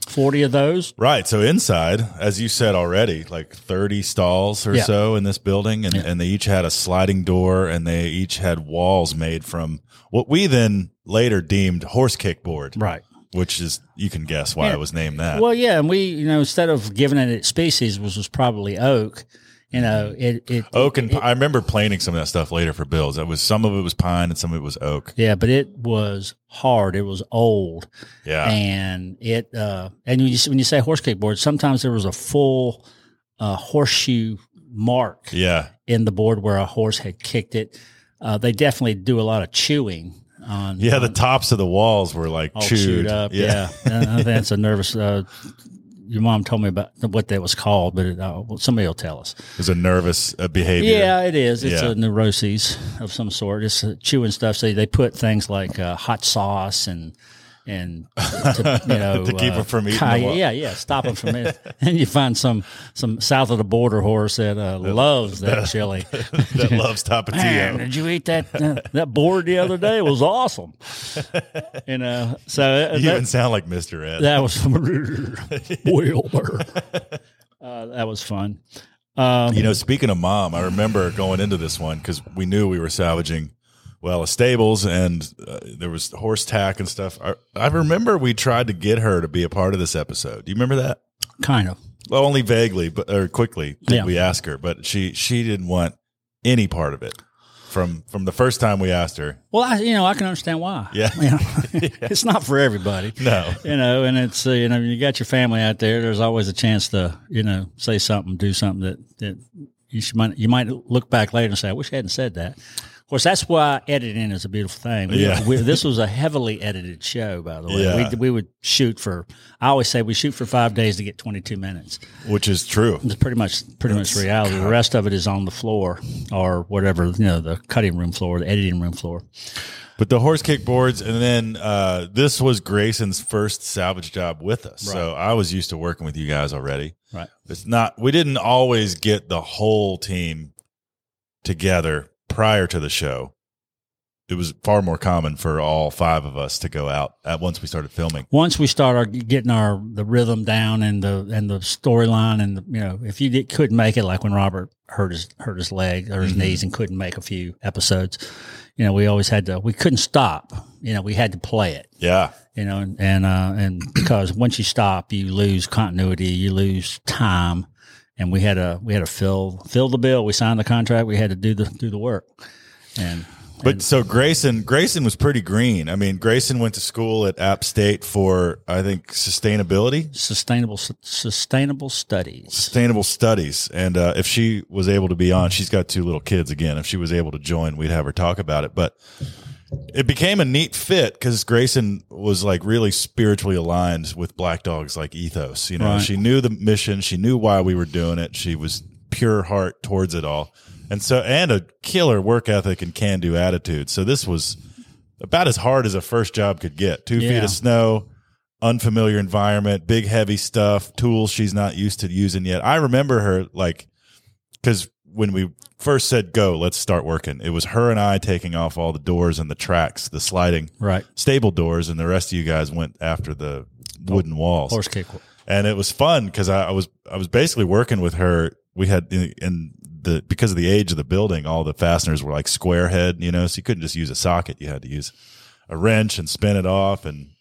forty of those.
Right. So inside, as you said already, like 30 stalls or
Yeah.
so in this building, and,
Yeah.
and they each had a sliding door and they each had walls made from what we then later deemed horse kickboard,
Right.
which is, you can guess why
Yeah.
it was named that.
Well, yeah, and we, you know, instead of giving it its species, which was probably oak, you know, it. it
oak and
it-
pi- I remember planing some of that stuff later for Bill's. That was some of it was pine and some of it was oak.
yeah, but it was hard. It was old,
Yeah.
and it. uh And when you s- when you say horse kickboard, sometimes there was a full uh, horseshoe mark
yeah.
in the board where a horse had kicked it. Uh, they definitely do a lot of chewing on.
Yeah.
on-
The tops of the walls were like
Um, all
chewed.
chewed, up. Yeah, [laughs] Uh, I think that's a nervous. Uh, your mom told me about what that was called, but it, uh, well, somebody will tell us.
It was a nervous uh, behavior. [laughs]
Yeah, it is. It's
Yeah.
a neuroses of some sort. It's uh, chewing stuff. So they put things like uh, hot sauce and and to,
[laughs]
you know
To keep 'em from eating
ki-
them up.
yeah, yeah, stop them from it. [laughs] and you find some some south of the border horse that uh,
[laughs]
loves that chili.
[laughs] that loves
Man,
Tapatio.
did you eat that uh, that board the other day? It was awesome. [laughs] You know, so uh,
[laughs] You
that,
even sound like Mr. Ed.
that was from [laughs]
[laughs]
Wilbur. Uh, that was fun. Um,
You know, speaking of mom, I remember going into this one because we knew we were salvaging, well, stables and uh, there was horse tack and stuff. I, I remember we tried to get her to be a part of this episode. Do you remember that?
kind of.
Well, only vaguely, but or quickly did
Yeah.
we ask her, but she she didn't want any part of it from from the first time we asked her.
Well, I, you know, I can understand why.
[laughs] Yeah.
[laughs] You know, it's not for everybody.
No,
You know, and it's uh, you know, you got your family out there. There's always a chance to you know say something, do something that that you should might you might look back later and say, I wish I hadn't said that. Of course, that's why editing is a beautiful thing. We-
Yeah.
we- this was a heavily edited show, by the way.
Yeah.
We, we would shoot for. I always say we shoot for five days to get 22 minutes.
which is true.
It's pretty much pretty much reality. The rest of it is on the floor or whatever you know, the cutting room floor, the editing room floor.
But the horse kick boards, and then uh, this was Grayson's first salvage job with us. So I was used to working with you guys already.
Right.
It's not we didn't always get the whole team together prior to the show. It was far more common for all five of us to go out at once we started filming.
once we start our, getting our the rhythm down and the and the storyline and the, you know if you did, couldn't make it like when Robert hurt his hurt his leg or his
Mhm.
knees and couldn't make a few episodes, you know we always had to we couldn't stop you know we had to play it
Yeah.
you know and and, uh, and because once you stop you lose continuity you lose time and we had to we had to fill fill the bill we signed the contract we had to do the do the work and
But so Grayson, Grayson was pretty green. I mean, Grayson went to school at App State for I think sustainability,
sustainable sustainable studies
sustainable studies. And uh, if she was able to be on, she's got two little kids again. If she was able to join, we'd have her talk about it. But it became a neat fit because Grayson was like really spiritually aligned with Black Dog's like ethos. You know,
Right.
she knew the mission, she knew why we were doing it. She was pure heart towards it all, and so and a killer work ethic and can do attitude. So this was about as hard as a first job could get. Two feet
Yeah.
of snow, unfamiliar environment, big heavy stuff, tools she's not used to using yet. I remember her like because when we first said go, let's start working. It was her and I taking off all the doors and the tracks, the sliding
right
stable doors, and the rest of you guys went after the wooden walls
horse kick
and it was fun because I, I was I was basically working with her. We had in, in the because of the age of the building, all the fasteners were like square head, you know, so you couldn't just use a socket. You had to use a wrench and spin it off, and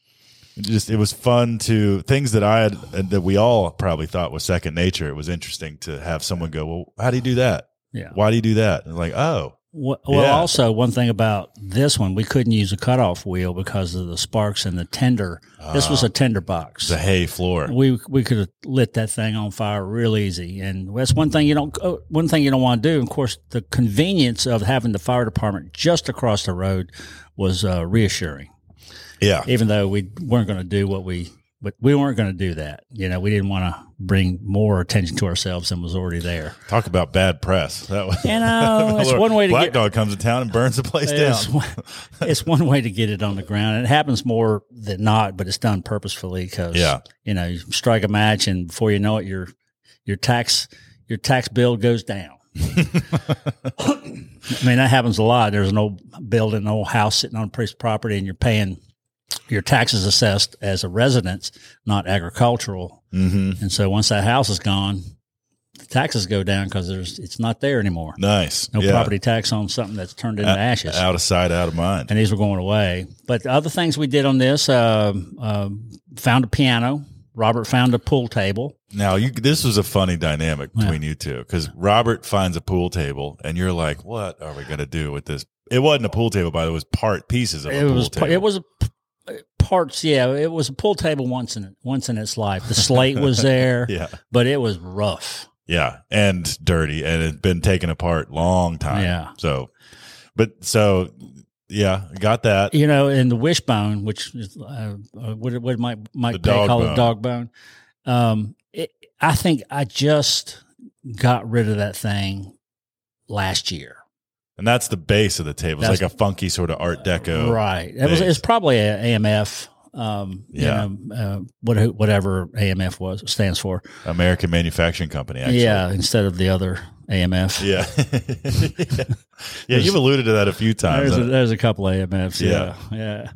it just it was fun to things that I had and that we all probably thought was second nature. It was interesting to have someone go, "Well, how do you do that?
yeah
Why do you do that?" And like, oh,
Wh- Well,
Yeah.
also one thing about this one, we couldn't use a cutoff wheel because of the sparks and the tender. this was a tender box.
the uh, hay floor.
We we could have lit that thing on fire real easy, and that's one thing you don't. oh, One thing you don't want to do, of course, the convenience of having the fire department just across the road was uh, reassuring.
yeah,
Even though we weren't going to do what we, but we weren't going to do that. You know, we didn't want to bring more attention to ourselves than was already there.
talk about bad press. [laughs] That was.
You [laughs] know,
[laughs]
uh, it's one way to
Black
get
dog comes to town and burns the place down.
It's one, [laughs] it's one way to get it on the ground. It happens more than not, but it's done purposefully because
Yeah.
you know you strike a match, and before you know it, your your tax your tax bill goes down. I mean that happens a lot. There's an old building, an old house sitting on a piece of property, and you're paying your taxes assessed as a residence, not agricultural.
Mm-hmm.
And so once that house is gone, the taxes go down because there's it's not there anymore.
Nice.
No
Yeah.
property tax on something that's turned into
Out-
ashes
Out of sight, out of mind.
and these were going away. But the other things we did on this, um um found a piano. Robert found a pool table.
Now, you, this was a funny dynamic between you two because Robert finds a pool table, and you're like, "What are we gonna do with this?" It wasn't a pool table, by the way. It was part pieces of a
It
pool
was
table.
it was a p- parts. Yeah, it was a pool table once in once in its life. The slate was there,
[laughs] yeah,
but it was rough.
yeah, and dirty, and it'd been taken apart long time.
Yeah.
So, but so yeah, got that.
You know, and the wishbone, which is uh, uh, what what Mike
The
Mike Pay
dog
call
bone.
it dog bone. Um, it, I think I just got rid of that thing last year.
And that's the base of the table. It's
That's-
like a funky sort of Art Deco.
Right. It was,
base.
it's probably a AMF um,
Yeah.
you know, uh, what, whatever AMF was stands for.
American manufacturing company. Actually.
Yeah, instead of the other AMF.
[laughs] Yeah. [laughs] yeah. Yeah, You've alluded to that a few times.
There's a, there's a couple AMFs.
Yeah.
Yeah, yeah.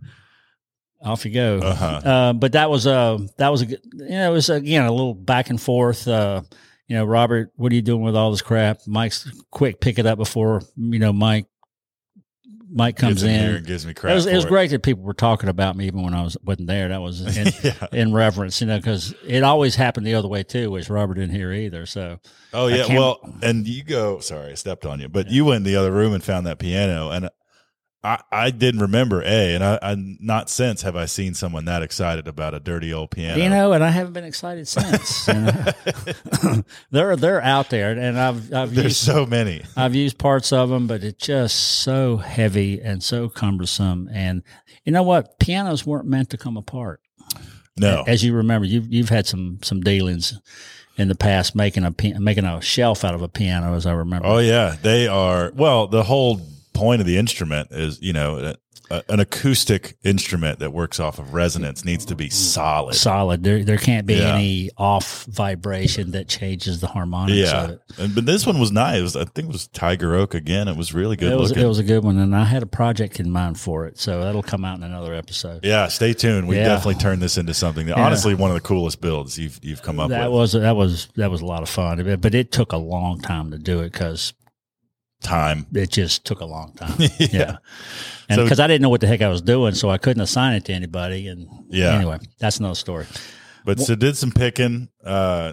Off you go.
Uh huh.
Uh, but that was uh, that was a good- you know it was again a little back and forth. Uh, you know, Robert, what are you doing with all this crap? Mike's quick, pick it up before you know Mike. Mike comes
Gets in,
in.
here and gives me crap.
it was, it was
for
great that people were talking about me even when I was wasn't there. That was
[laughs]
in,
yeah.
in reverence, you know, because it always happened the other way too, which Robert didn't hear either. So
Oh
I
yeah.
can't-
Well, and you go. Sorry, I stepped on you. But you went in the other room and found that piano, and I I didn't remember a, and I, I not since have I seen someone that excited about a dirty old piano.
you know, and I haven't been excited since.
[laughs]
you know. [laughs] they're they're out there, and I've I've
There's
used,
so many.
I've used parts of them, but it's just so heavy and so cumbersome. And you know what? Pianos weren't meant to come apart.
No.
As you remember, you've you've had some some dealings in the past making a pi- making a shelf out of a piano, as I remember.
Oh yeah, they are. Well, the whole point of the instrument is, you know, a, an acoustic instrument that works off of resonance needs to be solid.
solid. There, there can't be
Yeah.
any off vibration that changes the harmonics of
Yeah,
it.
and, but this one was nice. It was- I think it was Tiger Oak again. It was really good
it was
looking.
it was a good one, and I had a project in mind for it, so that'll come out in another episode.
yeah, stay tuned. We
Yeah.
definitely turned this into something. That,
Yeah.
Honestly, one of the coolest builds you've you've come up
that
with.
was that was that was a lot of fun, But- but it took a long time to do it because
Time. [laughs]
it just took a long time.
yeah.
yeah, and
So-
because I didn't know what the heck I was doing, so I couldn't assign it to anybody. And
Yeah.
anyway, that's another story.
but so did some picking. Uh,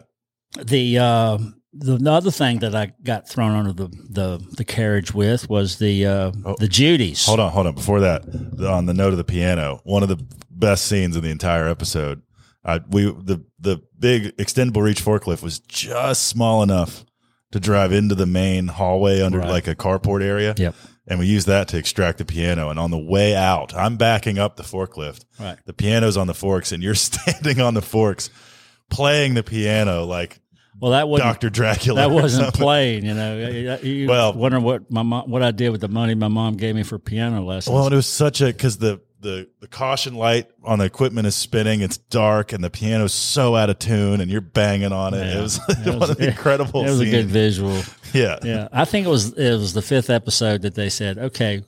the uh, the the other thing that I got thrown under the the, the carriage with was the uh,
Oh.
the Judies.
hold on, hold on. Before that, the- on the note of the piano, one of the best scenes in the entire episode. Uh, we the the big extendable reach forklift was just small enough to drive into the main hallway under
Right.
like a carport area.
Yep.
And we used that to extract the piano. And on the way out, I'm backing up the forklift.
Right.
The piano's on the forks, and you're [laughs] standing on the forks playing the piano like
Well, that wasn't
Doctor Dracula.
that
or
wasn't
something.
playing.
[laughs]
You know, you
Well-
well, wondering what my mom, what I did with the money my mom gave me for piano lessons.
Well, and it was such a because the, the the caution light on the equipment is spinning. It's dark, and the piano's so out of tune, and you're banging on it. It
[laughs] Yeah.
was, [laughs]
It
one
was-
of the incredible.
it was a good
scenes. [laughs]
visual.
Yeah.
Yeah, I think it was it was the fifth episode that they said, okay,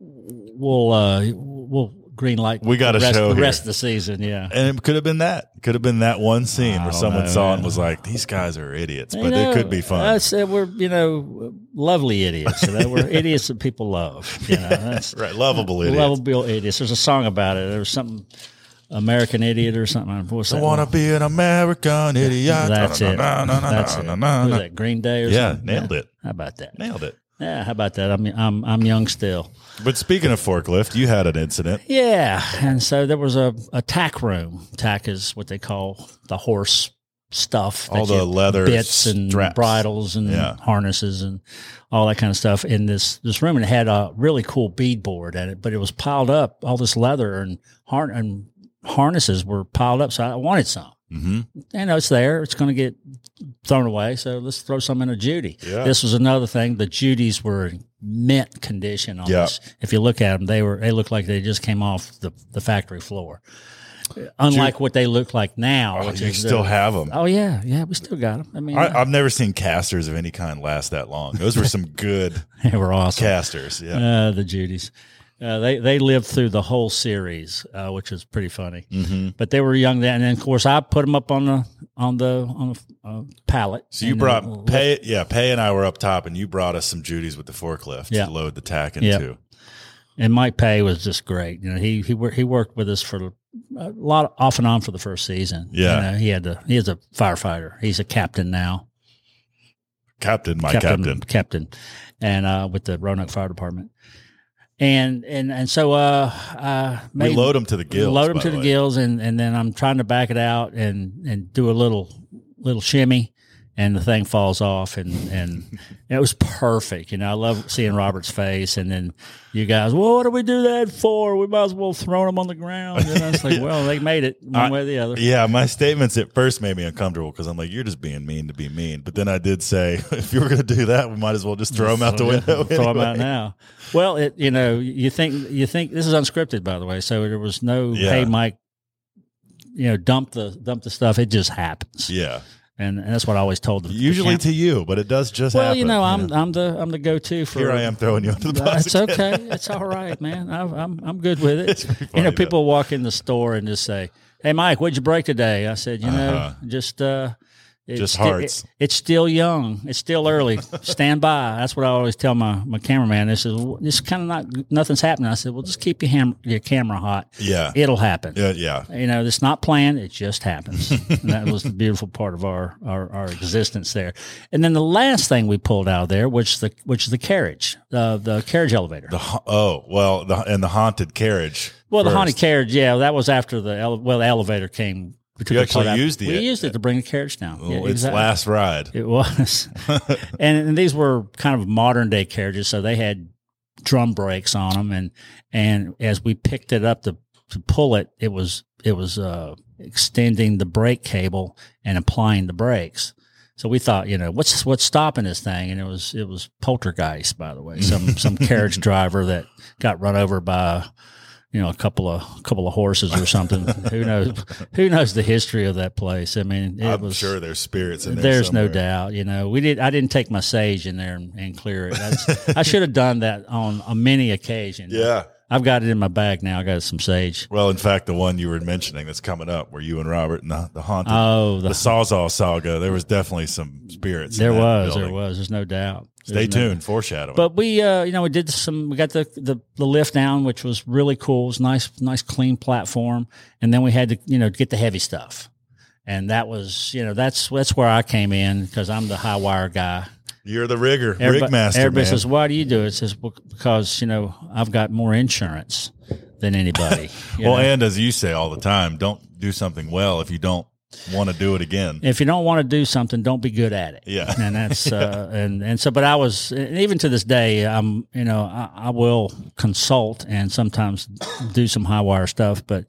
we'll uh, we'll green light.
We got
the
a
rest,
show
the
here.
rest of the season. Yeah,
And it could have been that. Could have been that one scene
I
where
don't
someone
know,
saw it and
man.
was like, "These guys are idiots," but
You know,
it could be fun.
I said we're you know lovely idiots. You know,
[laughs]
we're idiots that people love. You know, that's
right? Lovable idiots.
lovable idiots. There's a song about it. There was something American idiot or something. What's
I
that
want to be an American idiot.
That's it.
Na, na, na, na,
That's
na,
it.
na, na,
Who's
na.
that Green Day or
Yeah,
something?
nailed it.
How about that?
Nailed it.
Yeah, how about that? I mean, I'm I'm young still.
But speaking of forklift, you had an incident.
Yeah, and so there was a, a tack room. Tack is what they call the horse stuff.
All
that
the
you-
leather
bits and
straps.
bridles and
Yeah.
harnesses and all that kind of stuff in this this room, and it had a really cool bead board at it, but it was piled up. All this leather and har- and harnesses were piled up, so I wanted some.
Mm-hmm.
You know, it's there. It's going to get thrown away, so let's throw some in a Judy.
Yeah.
This was another thing. The Judy's were in mint condition on
Yeah.
this. If you look at them, they were they looked like they just came off the, the factory floor. Unlike what they look like now,
Oh,
which
you
is
still
the-
have them.
[laughs] Oh yeah, yeah, we still got them. I mean,
I, I've never seen casters of any kind last that long. Those were some good
[laughs] [laughs] they were awesome.
casters. Yeah.
Uh, the Judys, uh, they they lived through the whole series, uh, which was pretty funny.
Mm-hmm.
But they were young then, and then, of course I put them up on the on the on the uh, pallet.
So you
And,
brought
uh,
Pay, yeah, Pay and I were up top, and you brought us some Judy's with the forklift
Yeah.
to load the tack
Yeah.
into.
and Mike Pay was just great. You know, he he wor- he worked with us for a lot off and on for the first season.
Yeah.
you know, he had to. He is a firefighter. He's a captain now.
Captain, my captain.
captain, and uh, with the Roanoke Fire Department. And and and so uh, uh,
We load them to the gills.
load them
by
to the
way.
gills, and and then I'm trying to back it out and and do a little little shimmy, and the thing falls off, and and [laughs] it was perfect. You know, I love seeing Robert's face, and then you guys, well, what do we do that for? We might as well throw them on the ground. And I
[laughs]
was like, well, they made it one
I-
way or the other.
Yeah, my statements at first made me uncomfortable because I'm like, you're just being mean to be mean. But then I did say, [laughs] if you were going to do that, we might as well just [laughs] throw them out the window.
[laughs] Throw 'em out
anyway.
now. Well, it you know you think you think this is unscripted by the way, so there was no
Yeah.
hey Mike you know dump the dump the stuff. It just happens,
Yeah.
and, and that's what I always told them.
Usually to you, but it does just
well,
happen.
you know, I'm I'm the I'm the go to for
Here I am throwing you under the bus.
[laughs]
[laughs]
That's
again.
okay. It's all right, man. I, I'm I'm good with
[laughs]
it.
It's pretty
you know,
funny,
people walk in the store and just say, "Hey, Mike, what'd you break today?" I said, "You
Uh-huh.
know, just uh, it's
Just
sti-
hearts.
it- it's still young. It's still early. Stand by." That's what I always tell my my cameraman. This is it's kind of not nothing's happening. I said, "Well, just keep your ham- your camera hot.
Yeah.
It'll happen."
Yeah. Yeah.
You know, it's not planned; it
[laughs]
just happens. and that was the beautiful part of our, our our existence there. And then the last thing we pulled out of there, which the which is the carriage, uh, the carriage elevator.
The ha- oh well, the, and the haunted carriage.
well, the
first.
haunted carriage, yeah, that was after the ele- well, the elevator came. We took
You
the part
actually
out.
used
We
it.
used it to bring the carriage down.
Oh,
Yeah,
its
exactly.
last ride. [laughs]
It was, and, and these were kind of modern day carriages, so they had drum brakes on them, and and as we picked it up to to pull it, it was it was uh, extending the brake cable and applying the brakes. So we thought, you know, what's what's stopping this thing? And it was it was poltergeist, by the
[laughs]
way, some some carriage driver that got run over by. You know, a couple of a couple of horses or something. who knows? Who knows the history of that place? I mean, it
I'm
was
sure there's spirits in there.
there's no
somewhere.
doubt. You know, we did. I didn't take my sage in there and, and clear it. That's, I should have done that on a many occasion.
Yeah.
I've got it in my bag now. I got some sage.
Well, in fact, the one you were mentioning that's coming up, where you and Robert and the, the haunted,
Oh,
the
the,
Sawzall saga, there was definitely some spirits. in
there
that
was,
building.
there was. There's no doubt.
Stay
There's no-
tuned. Foreshadowing.
But we, uh, you know, we did some. We got the, the the lift down, which was really cool. It was nice, nice clean platform. And then we had to, you know, get the heavy stuff. And that was, you know, that's that's where I came in because I'm the high wire guy.
You're the rigger,
Everybo-
rig master.
Everybody
man.
says, "Why do you do it?" It Says "Bec- because you know I've got more insurance
[laughs]
than anybody. you
well,
know?
and as you say all the time, don't do something well if you don't want to do it again.
if you don't want to do something, don't be good at it.
Yeah.
and
[laughs]
that's uh, and and so. But I was, and even to this day, I'm you know I, I will consult and sometimes do some high wire stuff, but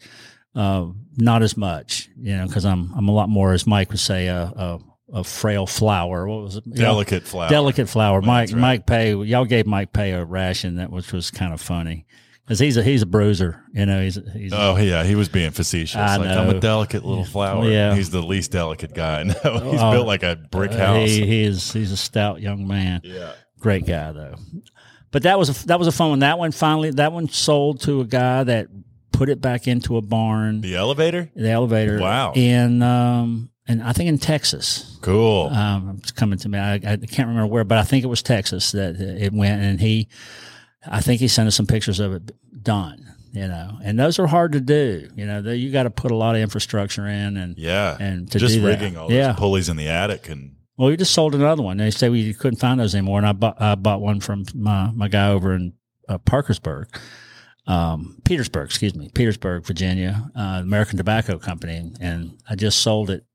uh, not as much, you know, because I'm I'm a lot more, as Mike would say, a a, a frail flower. What was it? You know,
Delicate flower.
Delicate flower. Mike
Oh. That's right.
Mike Pay. Y'all gave Mike Pay a ration that which was kind of funny because he's a he's a bruiser. You know he's he's
Oh yeah, he was being facetious.
I
like I'm
know.
a delicate little flower.
Yeah.
he's the least delicate guy. I know. [laughs] He's
Oh,
built like a brick house.
He, he is he's a stout young man.
yeah,
Great guy though. But that was a, that was a fun one. That one finally that one sold to a guy that put it back into a barn.
the elevator.
The elevator.
Wow.
In um and I think in Texas.
Cool.
um, it's coming to me. I, I can't remember where, but I think it was Texas that it went. And he, I think he sent us some pictures of it done. You know, and those are hard to do. You know, they, you got to put a lot of infrastructure in, and
yeah,
and to
just
do that.
rigging all
Yeah.
those pulleys in the attic and
well, we just sold another one. They say we couldn't find those anymore, and I bought I bought one from my my guy over in uh, Parkersburg, um, Petersburg, excuse me, Petersburg, Virginia, uh, American Tobacco Company, and I just sold it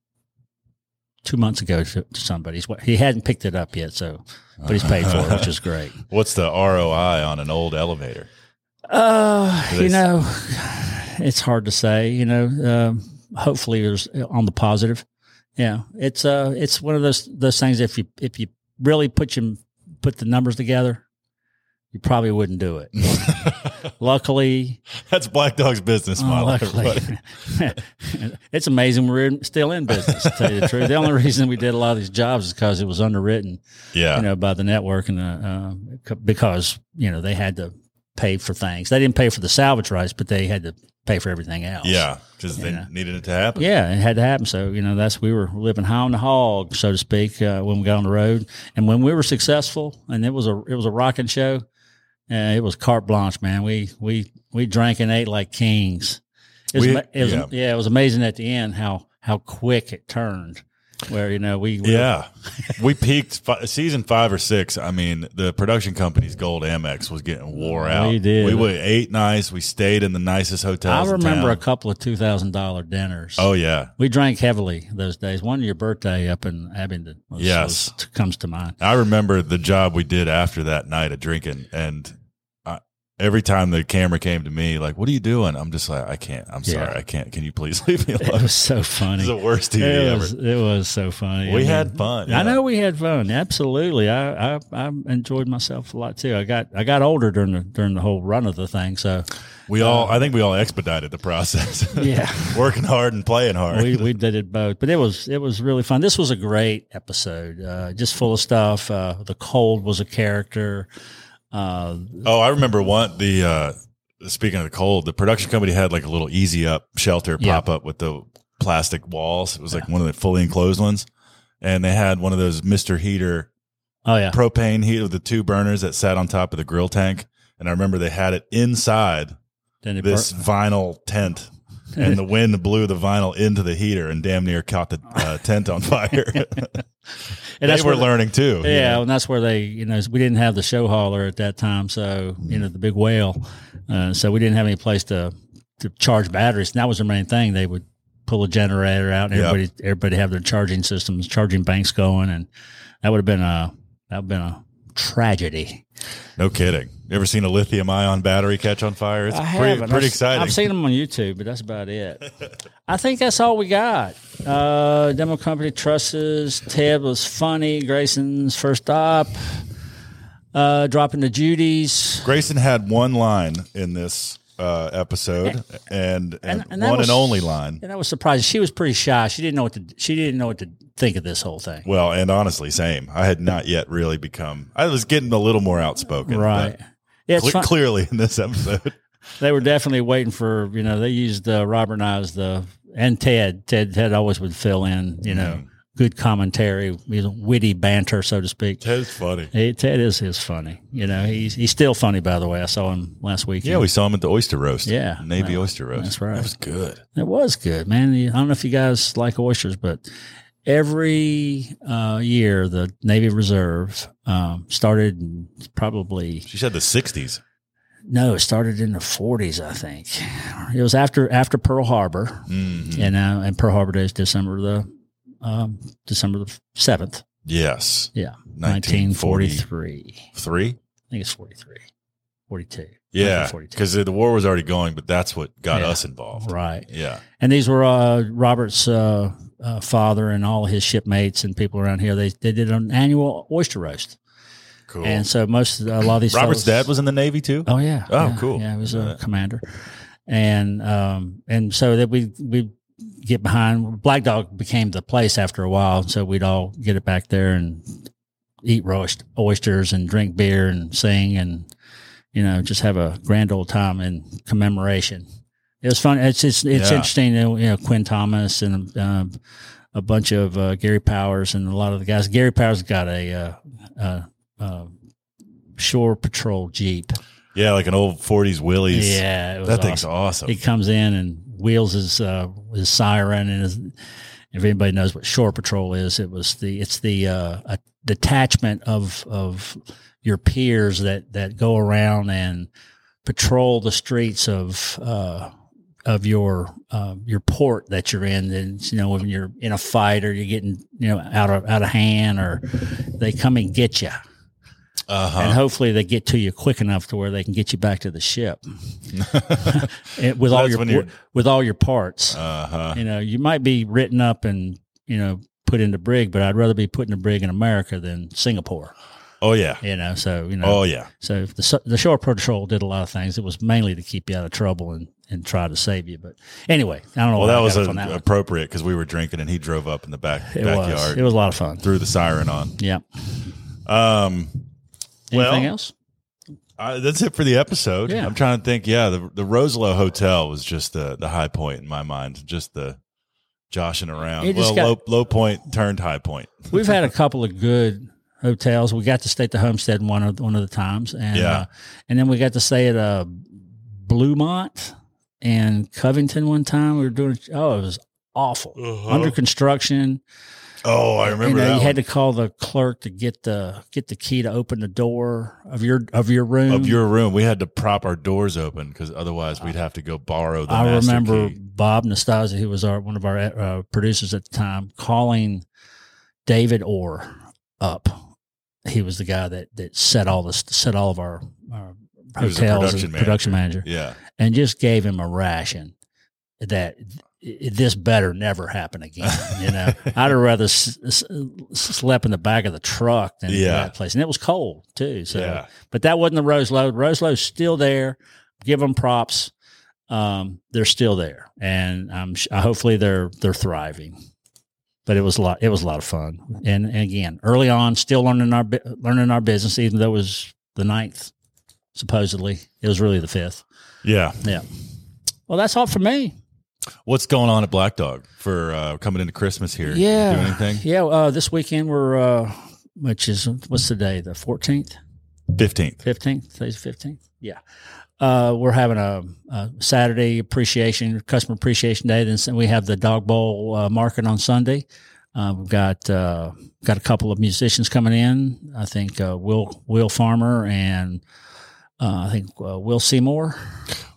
two months ago to, to somebody. He's, he hadn't picked it up yet, so but he's paid for it, which is great.
[laughs] what's the ROI on an old elevator? [laughs]
Uh,
Do they
you
s-
know, it's hard to say. You know, um, hopefully there's uh, on the positive. Yeah, it's uh, it's one of those those things. If you if you really put your put the numbers together, you probably wouldn't do
[laughs]
it. Luckily,
That's Black Dog's business model.
oh, [laughs]
everybody.
luckily. it's amazing we're in, still in business. To tell you the truth, the only reason we did a lot of these jobs is because it was underwritten
Yeah,
you know, by the network and uh, uh, because you know they had to pay for things. They didn't pay for the salvage rights, but they had to pay for everything else.
yeah, because they
Yeah.
needed it to happen.
Yeah, it had to happen. So you know that's we were living high on the hog, so to speak, uh, when we got on the road, and when we were successful, and it was a it was a rocking show. Uh, it was carte blanche, man. We we we drank and ate like kings. It was,
We-
ama- it was
yeah.
yeah. it was amazing at the end how how quick it turned. Where you know we, we
Yeah, we peaked fi- season five or six. I mean, the production company's Gold Amex was getting wore out.
We did.
We went- ate nice. We stayed in the nicest
I
hotels. in
remember a
town.
couple of two thousand dollar dinners.
oh yeah,
We drank heavily those days. One your birthday up in Abingdon. Was,
Yes. [laughs]
was- comes to mind.
I remember the job we did after that night of drinking, and I, every time the camera came to me, like, "What are you doing?" I'm just like, "I can't. I'm
Yeah.
sorry. I can't. Can you please [laughs] leave me
It
alone?"
was so
It's
funny.
the worst TV
It
ever.
was, it was so funny.
We
I mean,
had fun.
I
yeah.
know we had fun. Absolutely. I, I I enjoyed myself a lot too. I got I got older during the during the whole run of the thing. So
We all. I think we all expedited the process. [laughs]
uh, yeah.
Working hard and playing hard.
we, we did it both, but it was it was really fun. This was a great episode, uh, just full of stuff. Uh, the cold was a character. Uh,
Oh, I remember one. The uh, speaking of the cold, the production company had like a little easy up shelter
Yeah.
pop up with the plastic walls. It was like one of the fully enclosed ones, and they had one of those Mister Heater
oh yeah,
propane heater, the two burners that sat on top of the grill tank. And I remember they had it inside
then it
this
burnt-
vinyl tent. And the wind blew the vinyl into the heater and damn near caught the
[laughs]
uh, tent on fire. [laughs] they
and that's
were
where the-
learning too. you
Yeah,
know.
and that's where they, you know, we didn't have the show hauler at that time, so you know the big whale, uh, so we didn't have any place to to charge batteries. And that was the main thing. They would pull a generator out, and
Yeah.
everybody everybody have their charging systems, charging banks going, and that would have been a that would have been a tragedy.
No kidding. You ever seen a lithium ion battery catch on fire? It's pretty, pretty exciting.
I've seen them on YouTube, but that's about it. I think that's all we got. Uh, demo company trusses. Ted was funny. Grayson's first up. Uh, dropping the Judy's.
Grayson had one line in this uh, episode, and, and,
and that
one
was-
and only line.
And that was surprising. She was pretty shy. She didn't know what to. She didn't know what to think of this whole thing.
Well, and honestly, same. I had not yet really become. I was getting a little more outspoken, but
Right. Yeah, it's
cle-
fun.
clearly in this [laughs] episode.
They were definitely waiting for you know they used uh, Robert and I as the and Ted. Ted Ted always would fill in you know
Mm-hmm.
good commentary, you know, witty banter, so to speak.
That's funny.
Hey, Ted is is funny. You know, he's he's still funny. By the way, I saw him last weekend.
Yeah, we saw him at the oyster roast.
Yeah.
Navy oyster roast.
that's right.
That was good.
it was good, man. I don't know if you guys like oysters, but every uh, year the Navy Reserve um, started in probably
She said the '60s.
no, it started in the forties, I think. It was after after Pearl Harbor,
Mhm.
and uh, and Pearl Harbor Day is December the um, December the seventh,
Yes.
Yeah. nineteen forty
1943.
three. I think it's 43, 42.
Yeah,
1942.
because the war was already going, but that's what got
Yeah.
us involved.
right.
Yeah.
And these were uh, Robert's uh, uh, father and all his shipmates and people around here. They they did an annual oyster roast,
Cool.
and so most a lot of these
Robert's
fellas-
dad was in the Navy too.
Oh yeah.
Oh,
Yeah.
cool.
Yeah, he was
Didn't know
a
that.
commander, and um, and so that we we get behind. Black Dog became the place after a while, so we'd all get it back there and eat roast oysters and drink beer and sing and you know just have a grand old time in commemoration. It was fun. It's it's, it's
Yeah.
interesting. You know, Quinn Thomas and. Um, a bunch of uh, Gary Powers and a lot of the guys. Gary Powers got a uh, uh, uh, shore patrol jeep.
Yeah, like an old '40s Willys.
yeah, it was
that
awesome.
thing's awesome.
He comes in and wheels his uh, his siren, and his, if anybody knows what shore patrol is, it was the it's the uh, a detachment of of your peers that that go around and patrol the streets of. Uh, of your uh, your port that you're in, and you know when you're in a fight or you're getting you know out of out of hand, or they come and get you and
Uh-huh.
hopefully they get to you quick enough to where they can get you back to
[laughs]
the ship [laughs] And with all
That's
your
when you're-
with, all your parts.
Uh-huh.
you know, you might be written up and you know put into brig, but I'd rather be put in a brig in America than Singapore.
Oh yeah.
You know, so you know,
Oh yeah.
so the s- the shore patrol did a lot of things. It was mainly to keep you out of trouble and and try to save you. But anyway, I don't know.
Well,
why
that
Oh, I
was
got off
a,
on that one.
appropriate because we were drinking and he drove up in the back
it was
backyard,
it was a lot of fun.
threw the siren on.
Yeah.
Um,
Anything
Well,
else?
I, that's it for the episode.
Yeah.
I'm trying to think. Yeah, the the Roselo Hotel was just the the high point in my mind. Just the joshing around.
It
well,
just
low low point turned high point.
We've had a couple of good hotels. We got to stay at the Homestead one of one of the times, and
Yeah.
uh, and then we got to stay at uh, Bluemont and Covington one time. We were doing oh, it was awful. Under construction,
Oh, I Uh-huh. remember
you know,
that.
you
one.
had to call the clerk to get the get the key to open the door of your of your room.
of your room, we had to prop our doors open because otherwise we'd have to go borrow the.
Uh, I
master
remember
key.
Bob Nastasia, who was our one of our uh, producers at the time, calling David Orr up. He was the guy that that set all this set all of our, our
He was a
hotels as
production
a production manager [laughs]
Yeah.
and just gave him a ration that th- this better never happen again.
[laughs]
You know, I'd have rather s- s- slept in the back of the truck than in
Yeah.
that place, and it was cold too. So,
[laughs] yeah.
but that wasn't the Rose Roselow. Roselo's still there. Give them props. Um, they're still there, and I'm sh- I- hopefully they're they're thriving. But it was a lot. It was a lot of fun, and, and again, early on, still learning our bu- learning our business, even though it was the ninth, supposedly it was really the fifth.
Yeah.
Well, that's all for me.
What's going on at Black Dog for uh, coming into Christmas here? You
Yeah.
Do
[laughs]
anything?
Yeah, uh, this weekend we're, uh, which is what's the day? The fourteenth,
15th.
fifteenth. Today's fifteenth. Yeah, uh, we're having a, a Saturday appreciation, customer appreciation day. Then we have the dog bowl uh, market on Sunday. Uh, we've got uh, got a couple of musicians coming in. I think uh, Will Will Farmer and uh, I think uh, Will Seymour.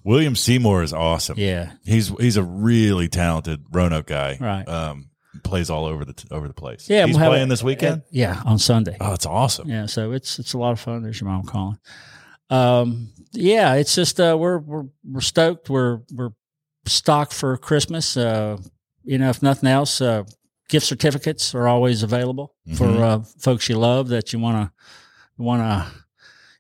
William Seymour is awesome.
Yeah,
He's he's a really talented Roanoke guy.
Right.
Um, plays all over the t- over the place.
yeah.
He's
we'll have
playing
a-
this weekend.
Uh, Yeah, on Sunday.
oh, it's awesome.
Yeah, so it's it's a lot of fun. There's your mom calling. Um, yeah, it's just uh, we're we're we're stoked. We're we're stocked for Christmas. Uh, you know, if nothing else, uh, gift certificates are always available
Mhm.
for uh, folks you love that you want to want to.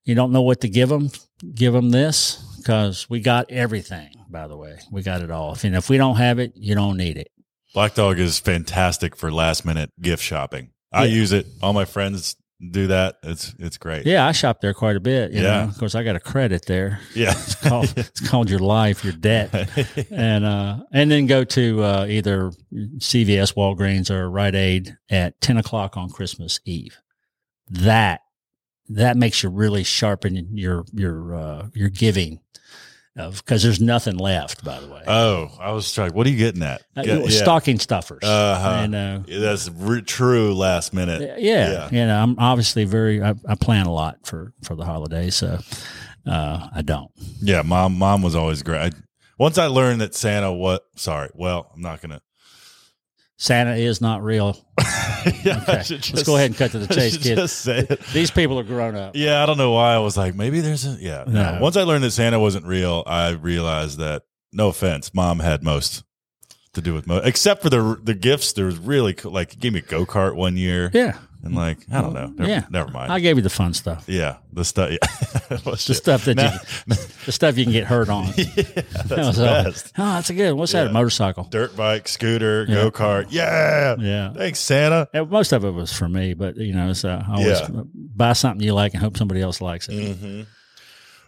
You don't know what to give them. Give them this because we got everything. By the way, we got it all. If, and if we don't have it, you don't need it.
Black Dog is fantastic for last minute gift shopping. I
Yeah.
use it. All my friends do that. It's it's great.
Yeah, I shop there quite a bit. You
Yeah.
know? of course, I got a credit there.
Yeah.
Called, It's called your life, your debt.
[laughs]
[laughs] and uh, and then go to uh, either CVS, Walgreens, or Rite Aid at ten o'clock on Christmas Eve. That that makes you really sharpen your your uh, your giving, because there's nothing left. By the way,
oh, I was struck. What are you getting at?
Uh,
Get-
stocking stuffers.
Uh-huh.
You know,
Yeah, That's re- true last minute.
yeah, you know, I'm obviously very. I, I plan a lot for for the holidays, so uh, I don't.
Yeah, mom. Mom was always great. I, once I learned that Santa what? Sorry. Well, I'm not gonna. [laughs]
Santa is not real.
yeah. I
Okay.
should
Let's
just-
go ahead and
[laughs]
cut to the
I
chase,
should
kid.
just say it.
These people are grown up.
Yeah, I don't know why I was like, maybe there's a yeah. No.
No.
Once I learned that Santa wasn't real, I realized that no offense, mom had most to do with most, except for the the gifts. There was really cool, like gave me a go kart one year,
Yeah,
and like I don't know, never,
Yeah.
never mind.
I gave you the fun stuff.
yeah, the stuff. [laughs] Yeah, What's
the
it?
stuff
[laughs]
that
Nah.
you, the stuff you can get hurt on.
[laughs] yeah, that's
That was
the
all.
best.
Oh, that's a good. one. What's that?
Yeah.
A motorcycle.
Dirt bike, scooter,
Yeah.
go kart. Yeah.
Yeah.
thanks Santa.
And most of it was for me, but you know, so I always
Yeah.
buy something you like and hope somebody else likes it.
hmm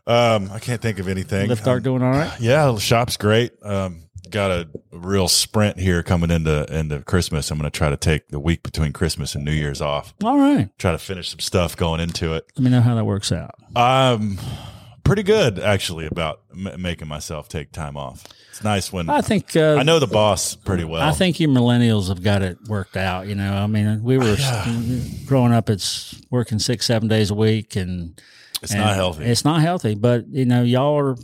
Um, I can't think of anything. Um,
Lift Dog doing all right.
Yeah, the shop's great. Um, got a real sprint here coming into into Christmas. I'm going to try to take the week between Christmas and New Year's off.
All right.
Try to finish some stuff going into it.
Let me know how that works out.
I'm pretty good actually about m- making myself take time off. It's nice when
I
I,
think. Uh,
know the boss pretty well.
I think you millennials have got it worked out. You know, I mean, we were growing up. It's working six, seven days a week, and
it's not
And
healthy.
It's not healthy, but you know, y'all are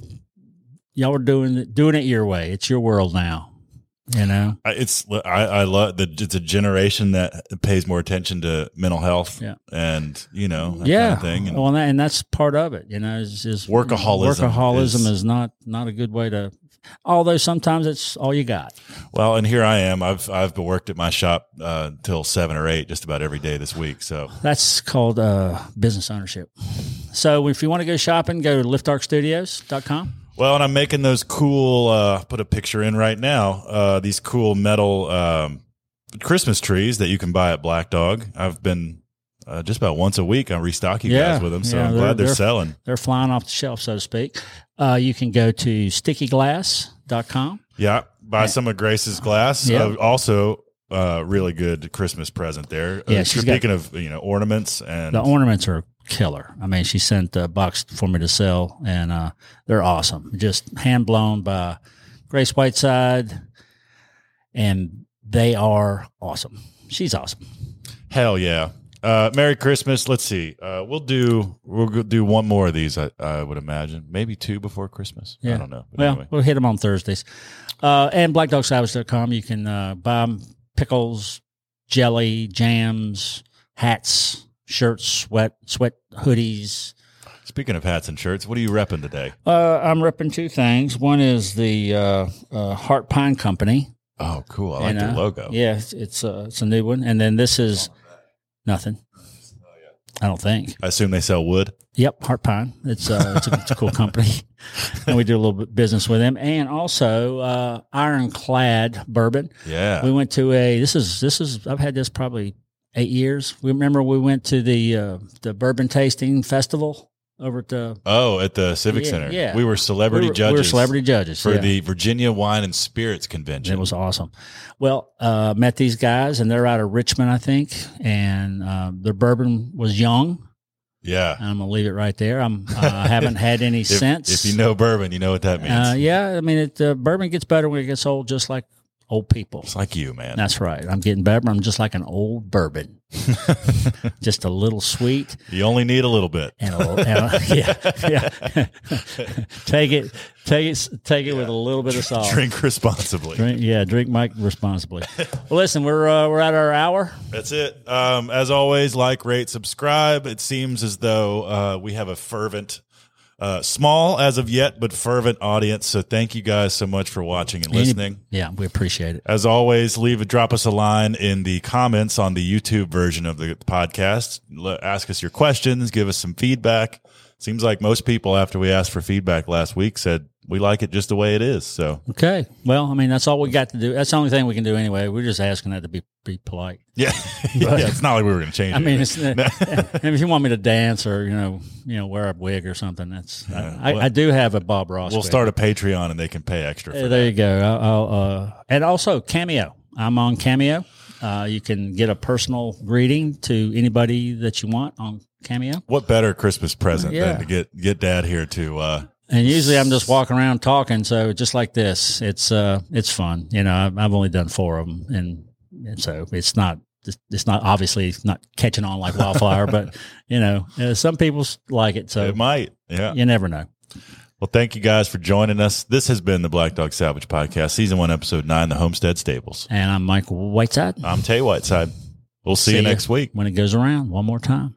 y'all are doing it- doing it your way. It's your world now. You know,
I- it's I, I love the it's a generation that pays more attention to mental health
Yeah.
and you know that
yeah.
kind of thing. And
well, and, that, and that's part of it. You know, is, is
Workaholism
Workaholism
is-
is, not not a good way to. Although sometimes it's all you got.
Well, and here I am. I've I've worked at my shop uh, till seven or eight, just about every day this week. So
That's called uh, business ownership. So if you want to go shopping, go to liftarkstudios.com.
Well, and I'm making those cool. Uh, put a picture in right now. Uh, these cool metal um, Christmas trees that you can buy at Black Dog. I've been uh, just about once a week. I restock you
Yeah,
guys with them, so
yeah,
I'm
they're-
glad they're,
they're-
selling.
They're flying off the shelf, so to speak. Uh, you can go to stickyglass.com.
Yeah, buy some of Grace's glass.
Yeah.
Uh, also, uh, really good Christmas present there.
Yeah,
Uh,
she's
speaking of you know ornaments and
the ornaments are killer. I mean, she sent a box for me to sell, and uh, they're awesome. Just hand blown by Grace Whiteside, and they are awesome. She's awesome.
Hell yeah. Uh, Merry Christmas. Let's see. Uh, we'll do we'll go- do one more of these. I, I would imagine maybe two before Christmas. I
Yeah.
don't know. But
Well,
anyway.
we'll hit them on Thursdays. Uh, and blackdogsalvage.com. You can uh, buy 'em pickles, jelly, jams, hats, shirts, sweat, sweat hoodies.
Speaking of hats and shirts, what are you repping today?
Uh, I'm repping two things. One is the uh, uh, Heart Pine Company.
Oh, cool. I like
And,
the
uh,
logo.
Yeah, it's it's, uh, it's a new one. And then this is nothing.
Oh,
I don't think.
I assume they sell wood.
Yep, Heart Pine. It's, uh, it's, a, it's a
[laughs]
cool company, and we do a little bit business with them. And also uh, Ironclad Bourbon.
Yeah.
We went to a. This is this is. I've had this probably eight years. We remember we went to the uh, the bourbon tasting festival over at the
oh, at the Civic
Yeah,
Center.
yeah.
We were celebrity
we were,
judges
We were celebrity judges
for
yeah.
the Virginia Wine and Spirits Convention.
It was awesome. Well, uh, met these guys, and they're out of Richmond, I think. And uh, their bourbon was young.
yeah.
I'm gonna leave it right there. I'm. Uh,
[laughs]
I haven't had any
If,
since.
if you know bourbon, you know what that means.
uh, yeah, I mean, it, uh, bourbon gets better when it gets old, just like old people.
It's like you, man.
That's right. I'm getting better. I'm just like an old bourbon,
[laughs]
just a little sweet
you only need a little bit.
and a, little- and a- [laughs] yeah, [laughs] yeah. take it, take it, take it with a little bit of salt.
Drink responsibly.
Drink, yeah, drink Mike responsibly. well, listen, we're uh, we're at our hour.
That's it. Um, as always, like, rate, subscribe. It seems as though uh, we have a fervent, uh, small as of yet, but fervent audience. So thank you guys so much for watching and listening.
Yeah, we appreciate it.
As always, leave drop us a line in the comments on the YouTube version of the podcast. Le- ask us your questions, give us some feedback. Seems like most people, after we asked for feedback last week, said we like it just the way it is. So
Okay. Well, I mean, that's all we got to do. That's the only thing we can do anyway. We're just asking that to be be polite.
yeah, [laughs] yeah it's not like we were going to change.
I mean,
anything.
[laughs] it's, if you want me to dance or you know, you know, wear a wig or something, that's I, I, I do have a Bob Ross.
we'll
wig.
start a Patreon and they can pay extra. For
Uh,
that.
There you go. I'll, I'll, uh, and also Cameo. I'm on Cameo. Uh, you can get a personal greeting to anybody that you want on Cameo.
What better Christmas present
Yeah.
than to get get Dad here to? Uh,
And usually I'm just walking around talking. So just like this, it's uh, it's fun. You know, I've, I've only done four of them, and, and so it's not. It's not obviously it's not catching on like wildfire, but [laughs] you know, uh, some people s- like it. So
it might. Yeah.
you never know.
Well, thank you guys for joining us. This has been the Black Dog Salvage Podcast, Season One, Episode Nine, The Homestead Stables.
And I'm Mike Whiteside.
I'm Tay Whiteside. We'll see, you
ya
next week.
when it goes around one more time.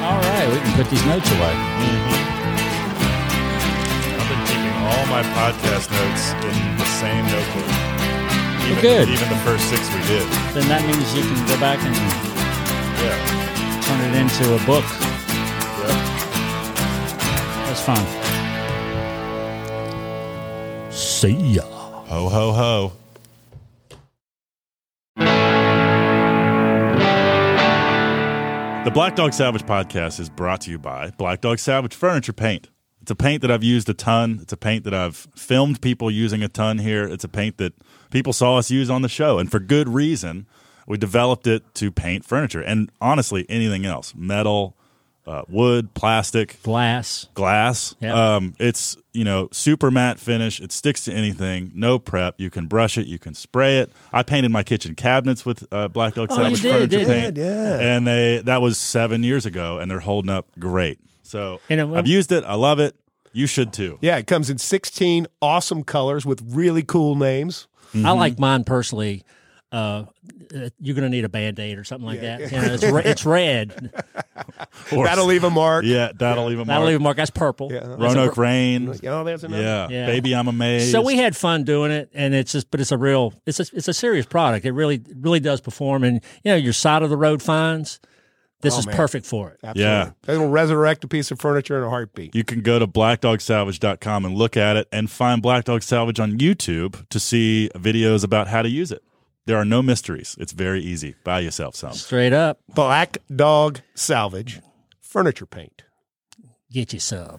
All right, we can put these notes away.
I've been keeping all my podcast notes in the same notebook. Even,
good.
Even the first six we did.
Then that means you can go back and
Yeah.
turn it into a book.
yeah.
That's fun. See ya.
Ho, ho, ho. The Black Dog Salvage podcast is brought to you by Black Dog Salvage Furniture Paint. It's a paint that I've used a ton. It's a paint that I've filmed people using a ton here. It's a paint that people saw us use on the show, and for good reason. We developed it to paint furniture and honestly anything else metal, uh, wood, plastic,
Glass.
glass.
Yeah.
Um, it's you know super matte finish. It sticks to anything. No prep. You can brush it. You can spray it. I painted my kitchen cabinets with uh, black oak
Oh, you
salvage
did,
furniture
didn't
paint, and they that was seven years ago, and they're holding up great. So
And it will-
I've used it. I love it. You should too.
Yeah, it comes in 16 awesome colors with really cool names.
I like mine personally. Uh, uh, you're gonna need a band aid or something like that. You know, it's, re- it's red.
Or-
That'll leave a mark.
yeah, that'll even
That'll
mark.
leave a mark. That's purple.
Yeah.
Roanoke rain.
Oh, there's another.
Yeah.
Yeah.
baby, I'm amazed.
So we had fun doing it, and it's just, but it's a real, it's a, it's a serious product. It really, really does perform, and you know, your side of the road finds. This is perfect for it.
Absolutely.
Yeah.
It'll resurrect a piece of furniture in a heartbeat.
You can go to blackdogsalvage.com and look at it and find Black Dog Salvage on YouTube to see videos about how to use it. There are no mysteries. It's very easy. Buy yourself some.
Straight up,
Black Dog Salvage Furniture Paint.
get you some.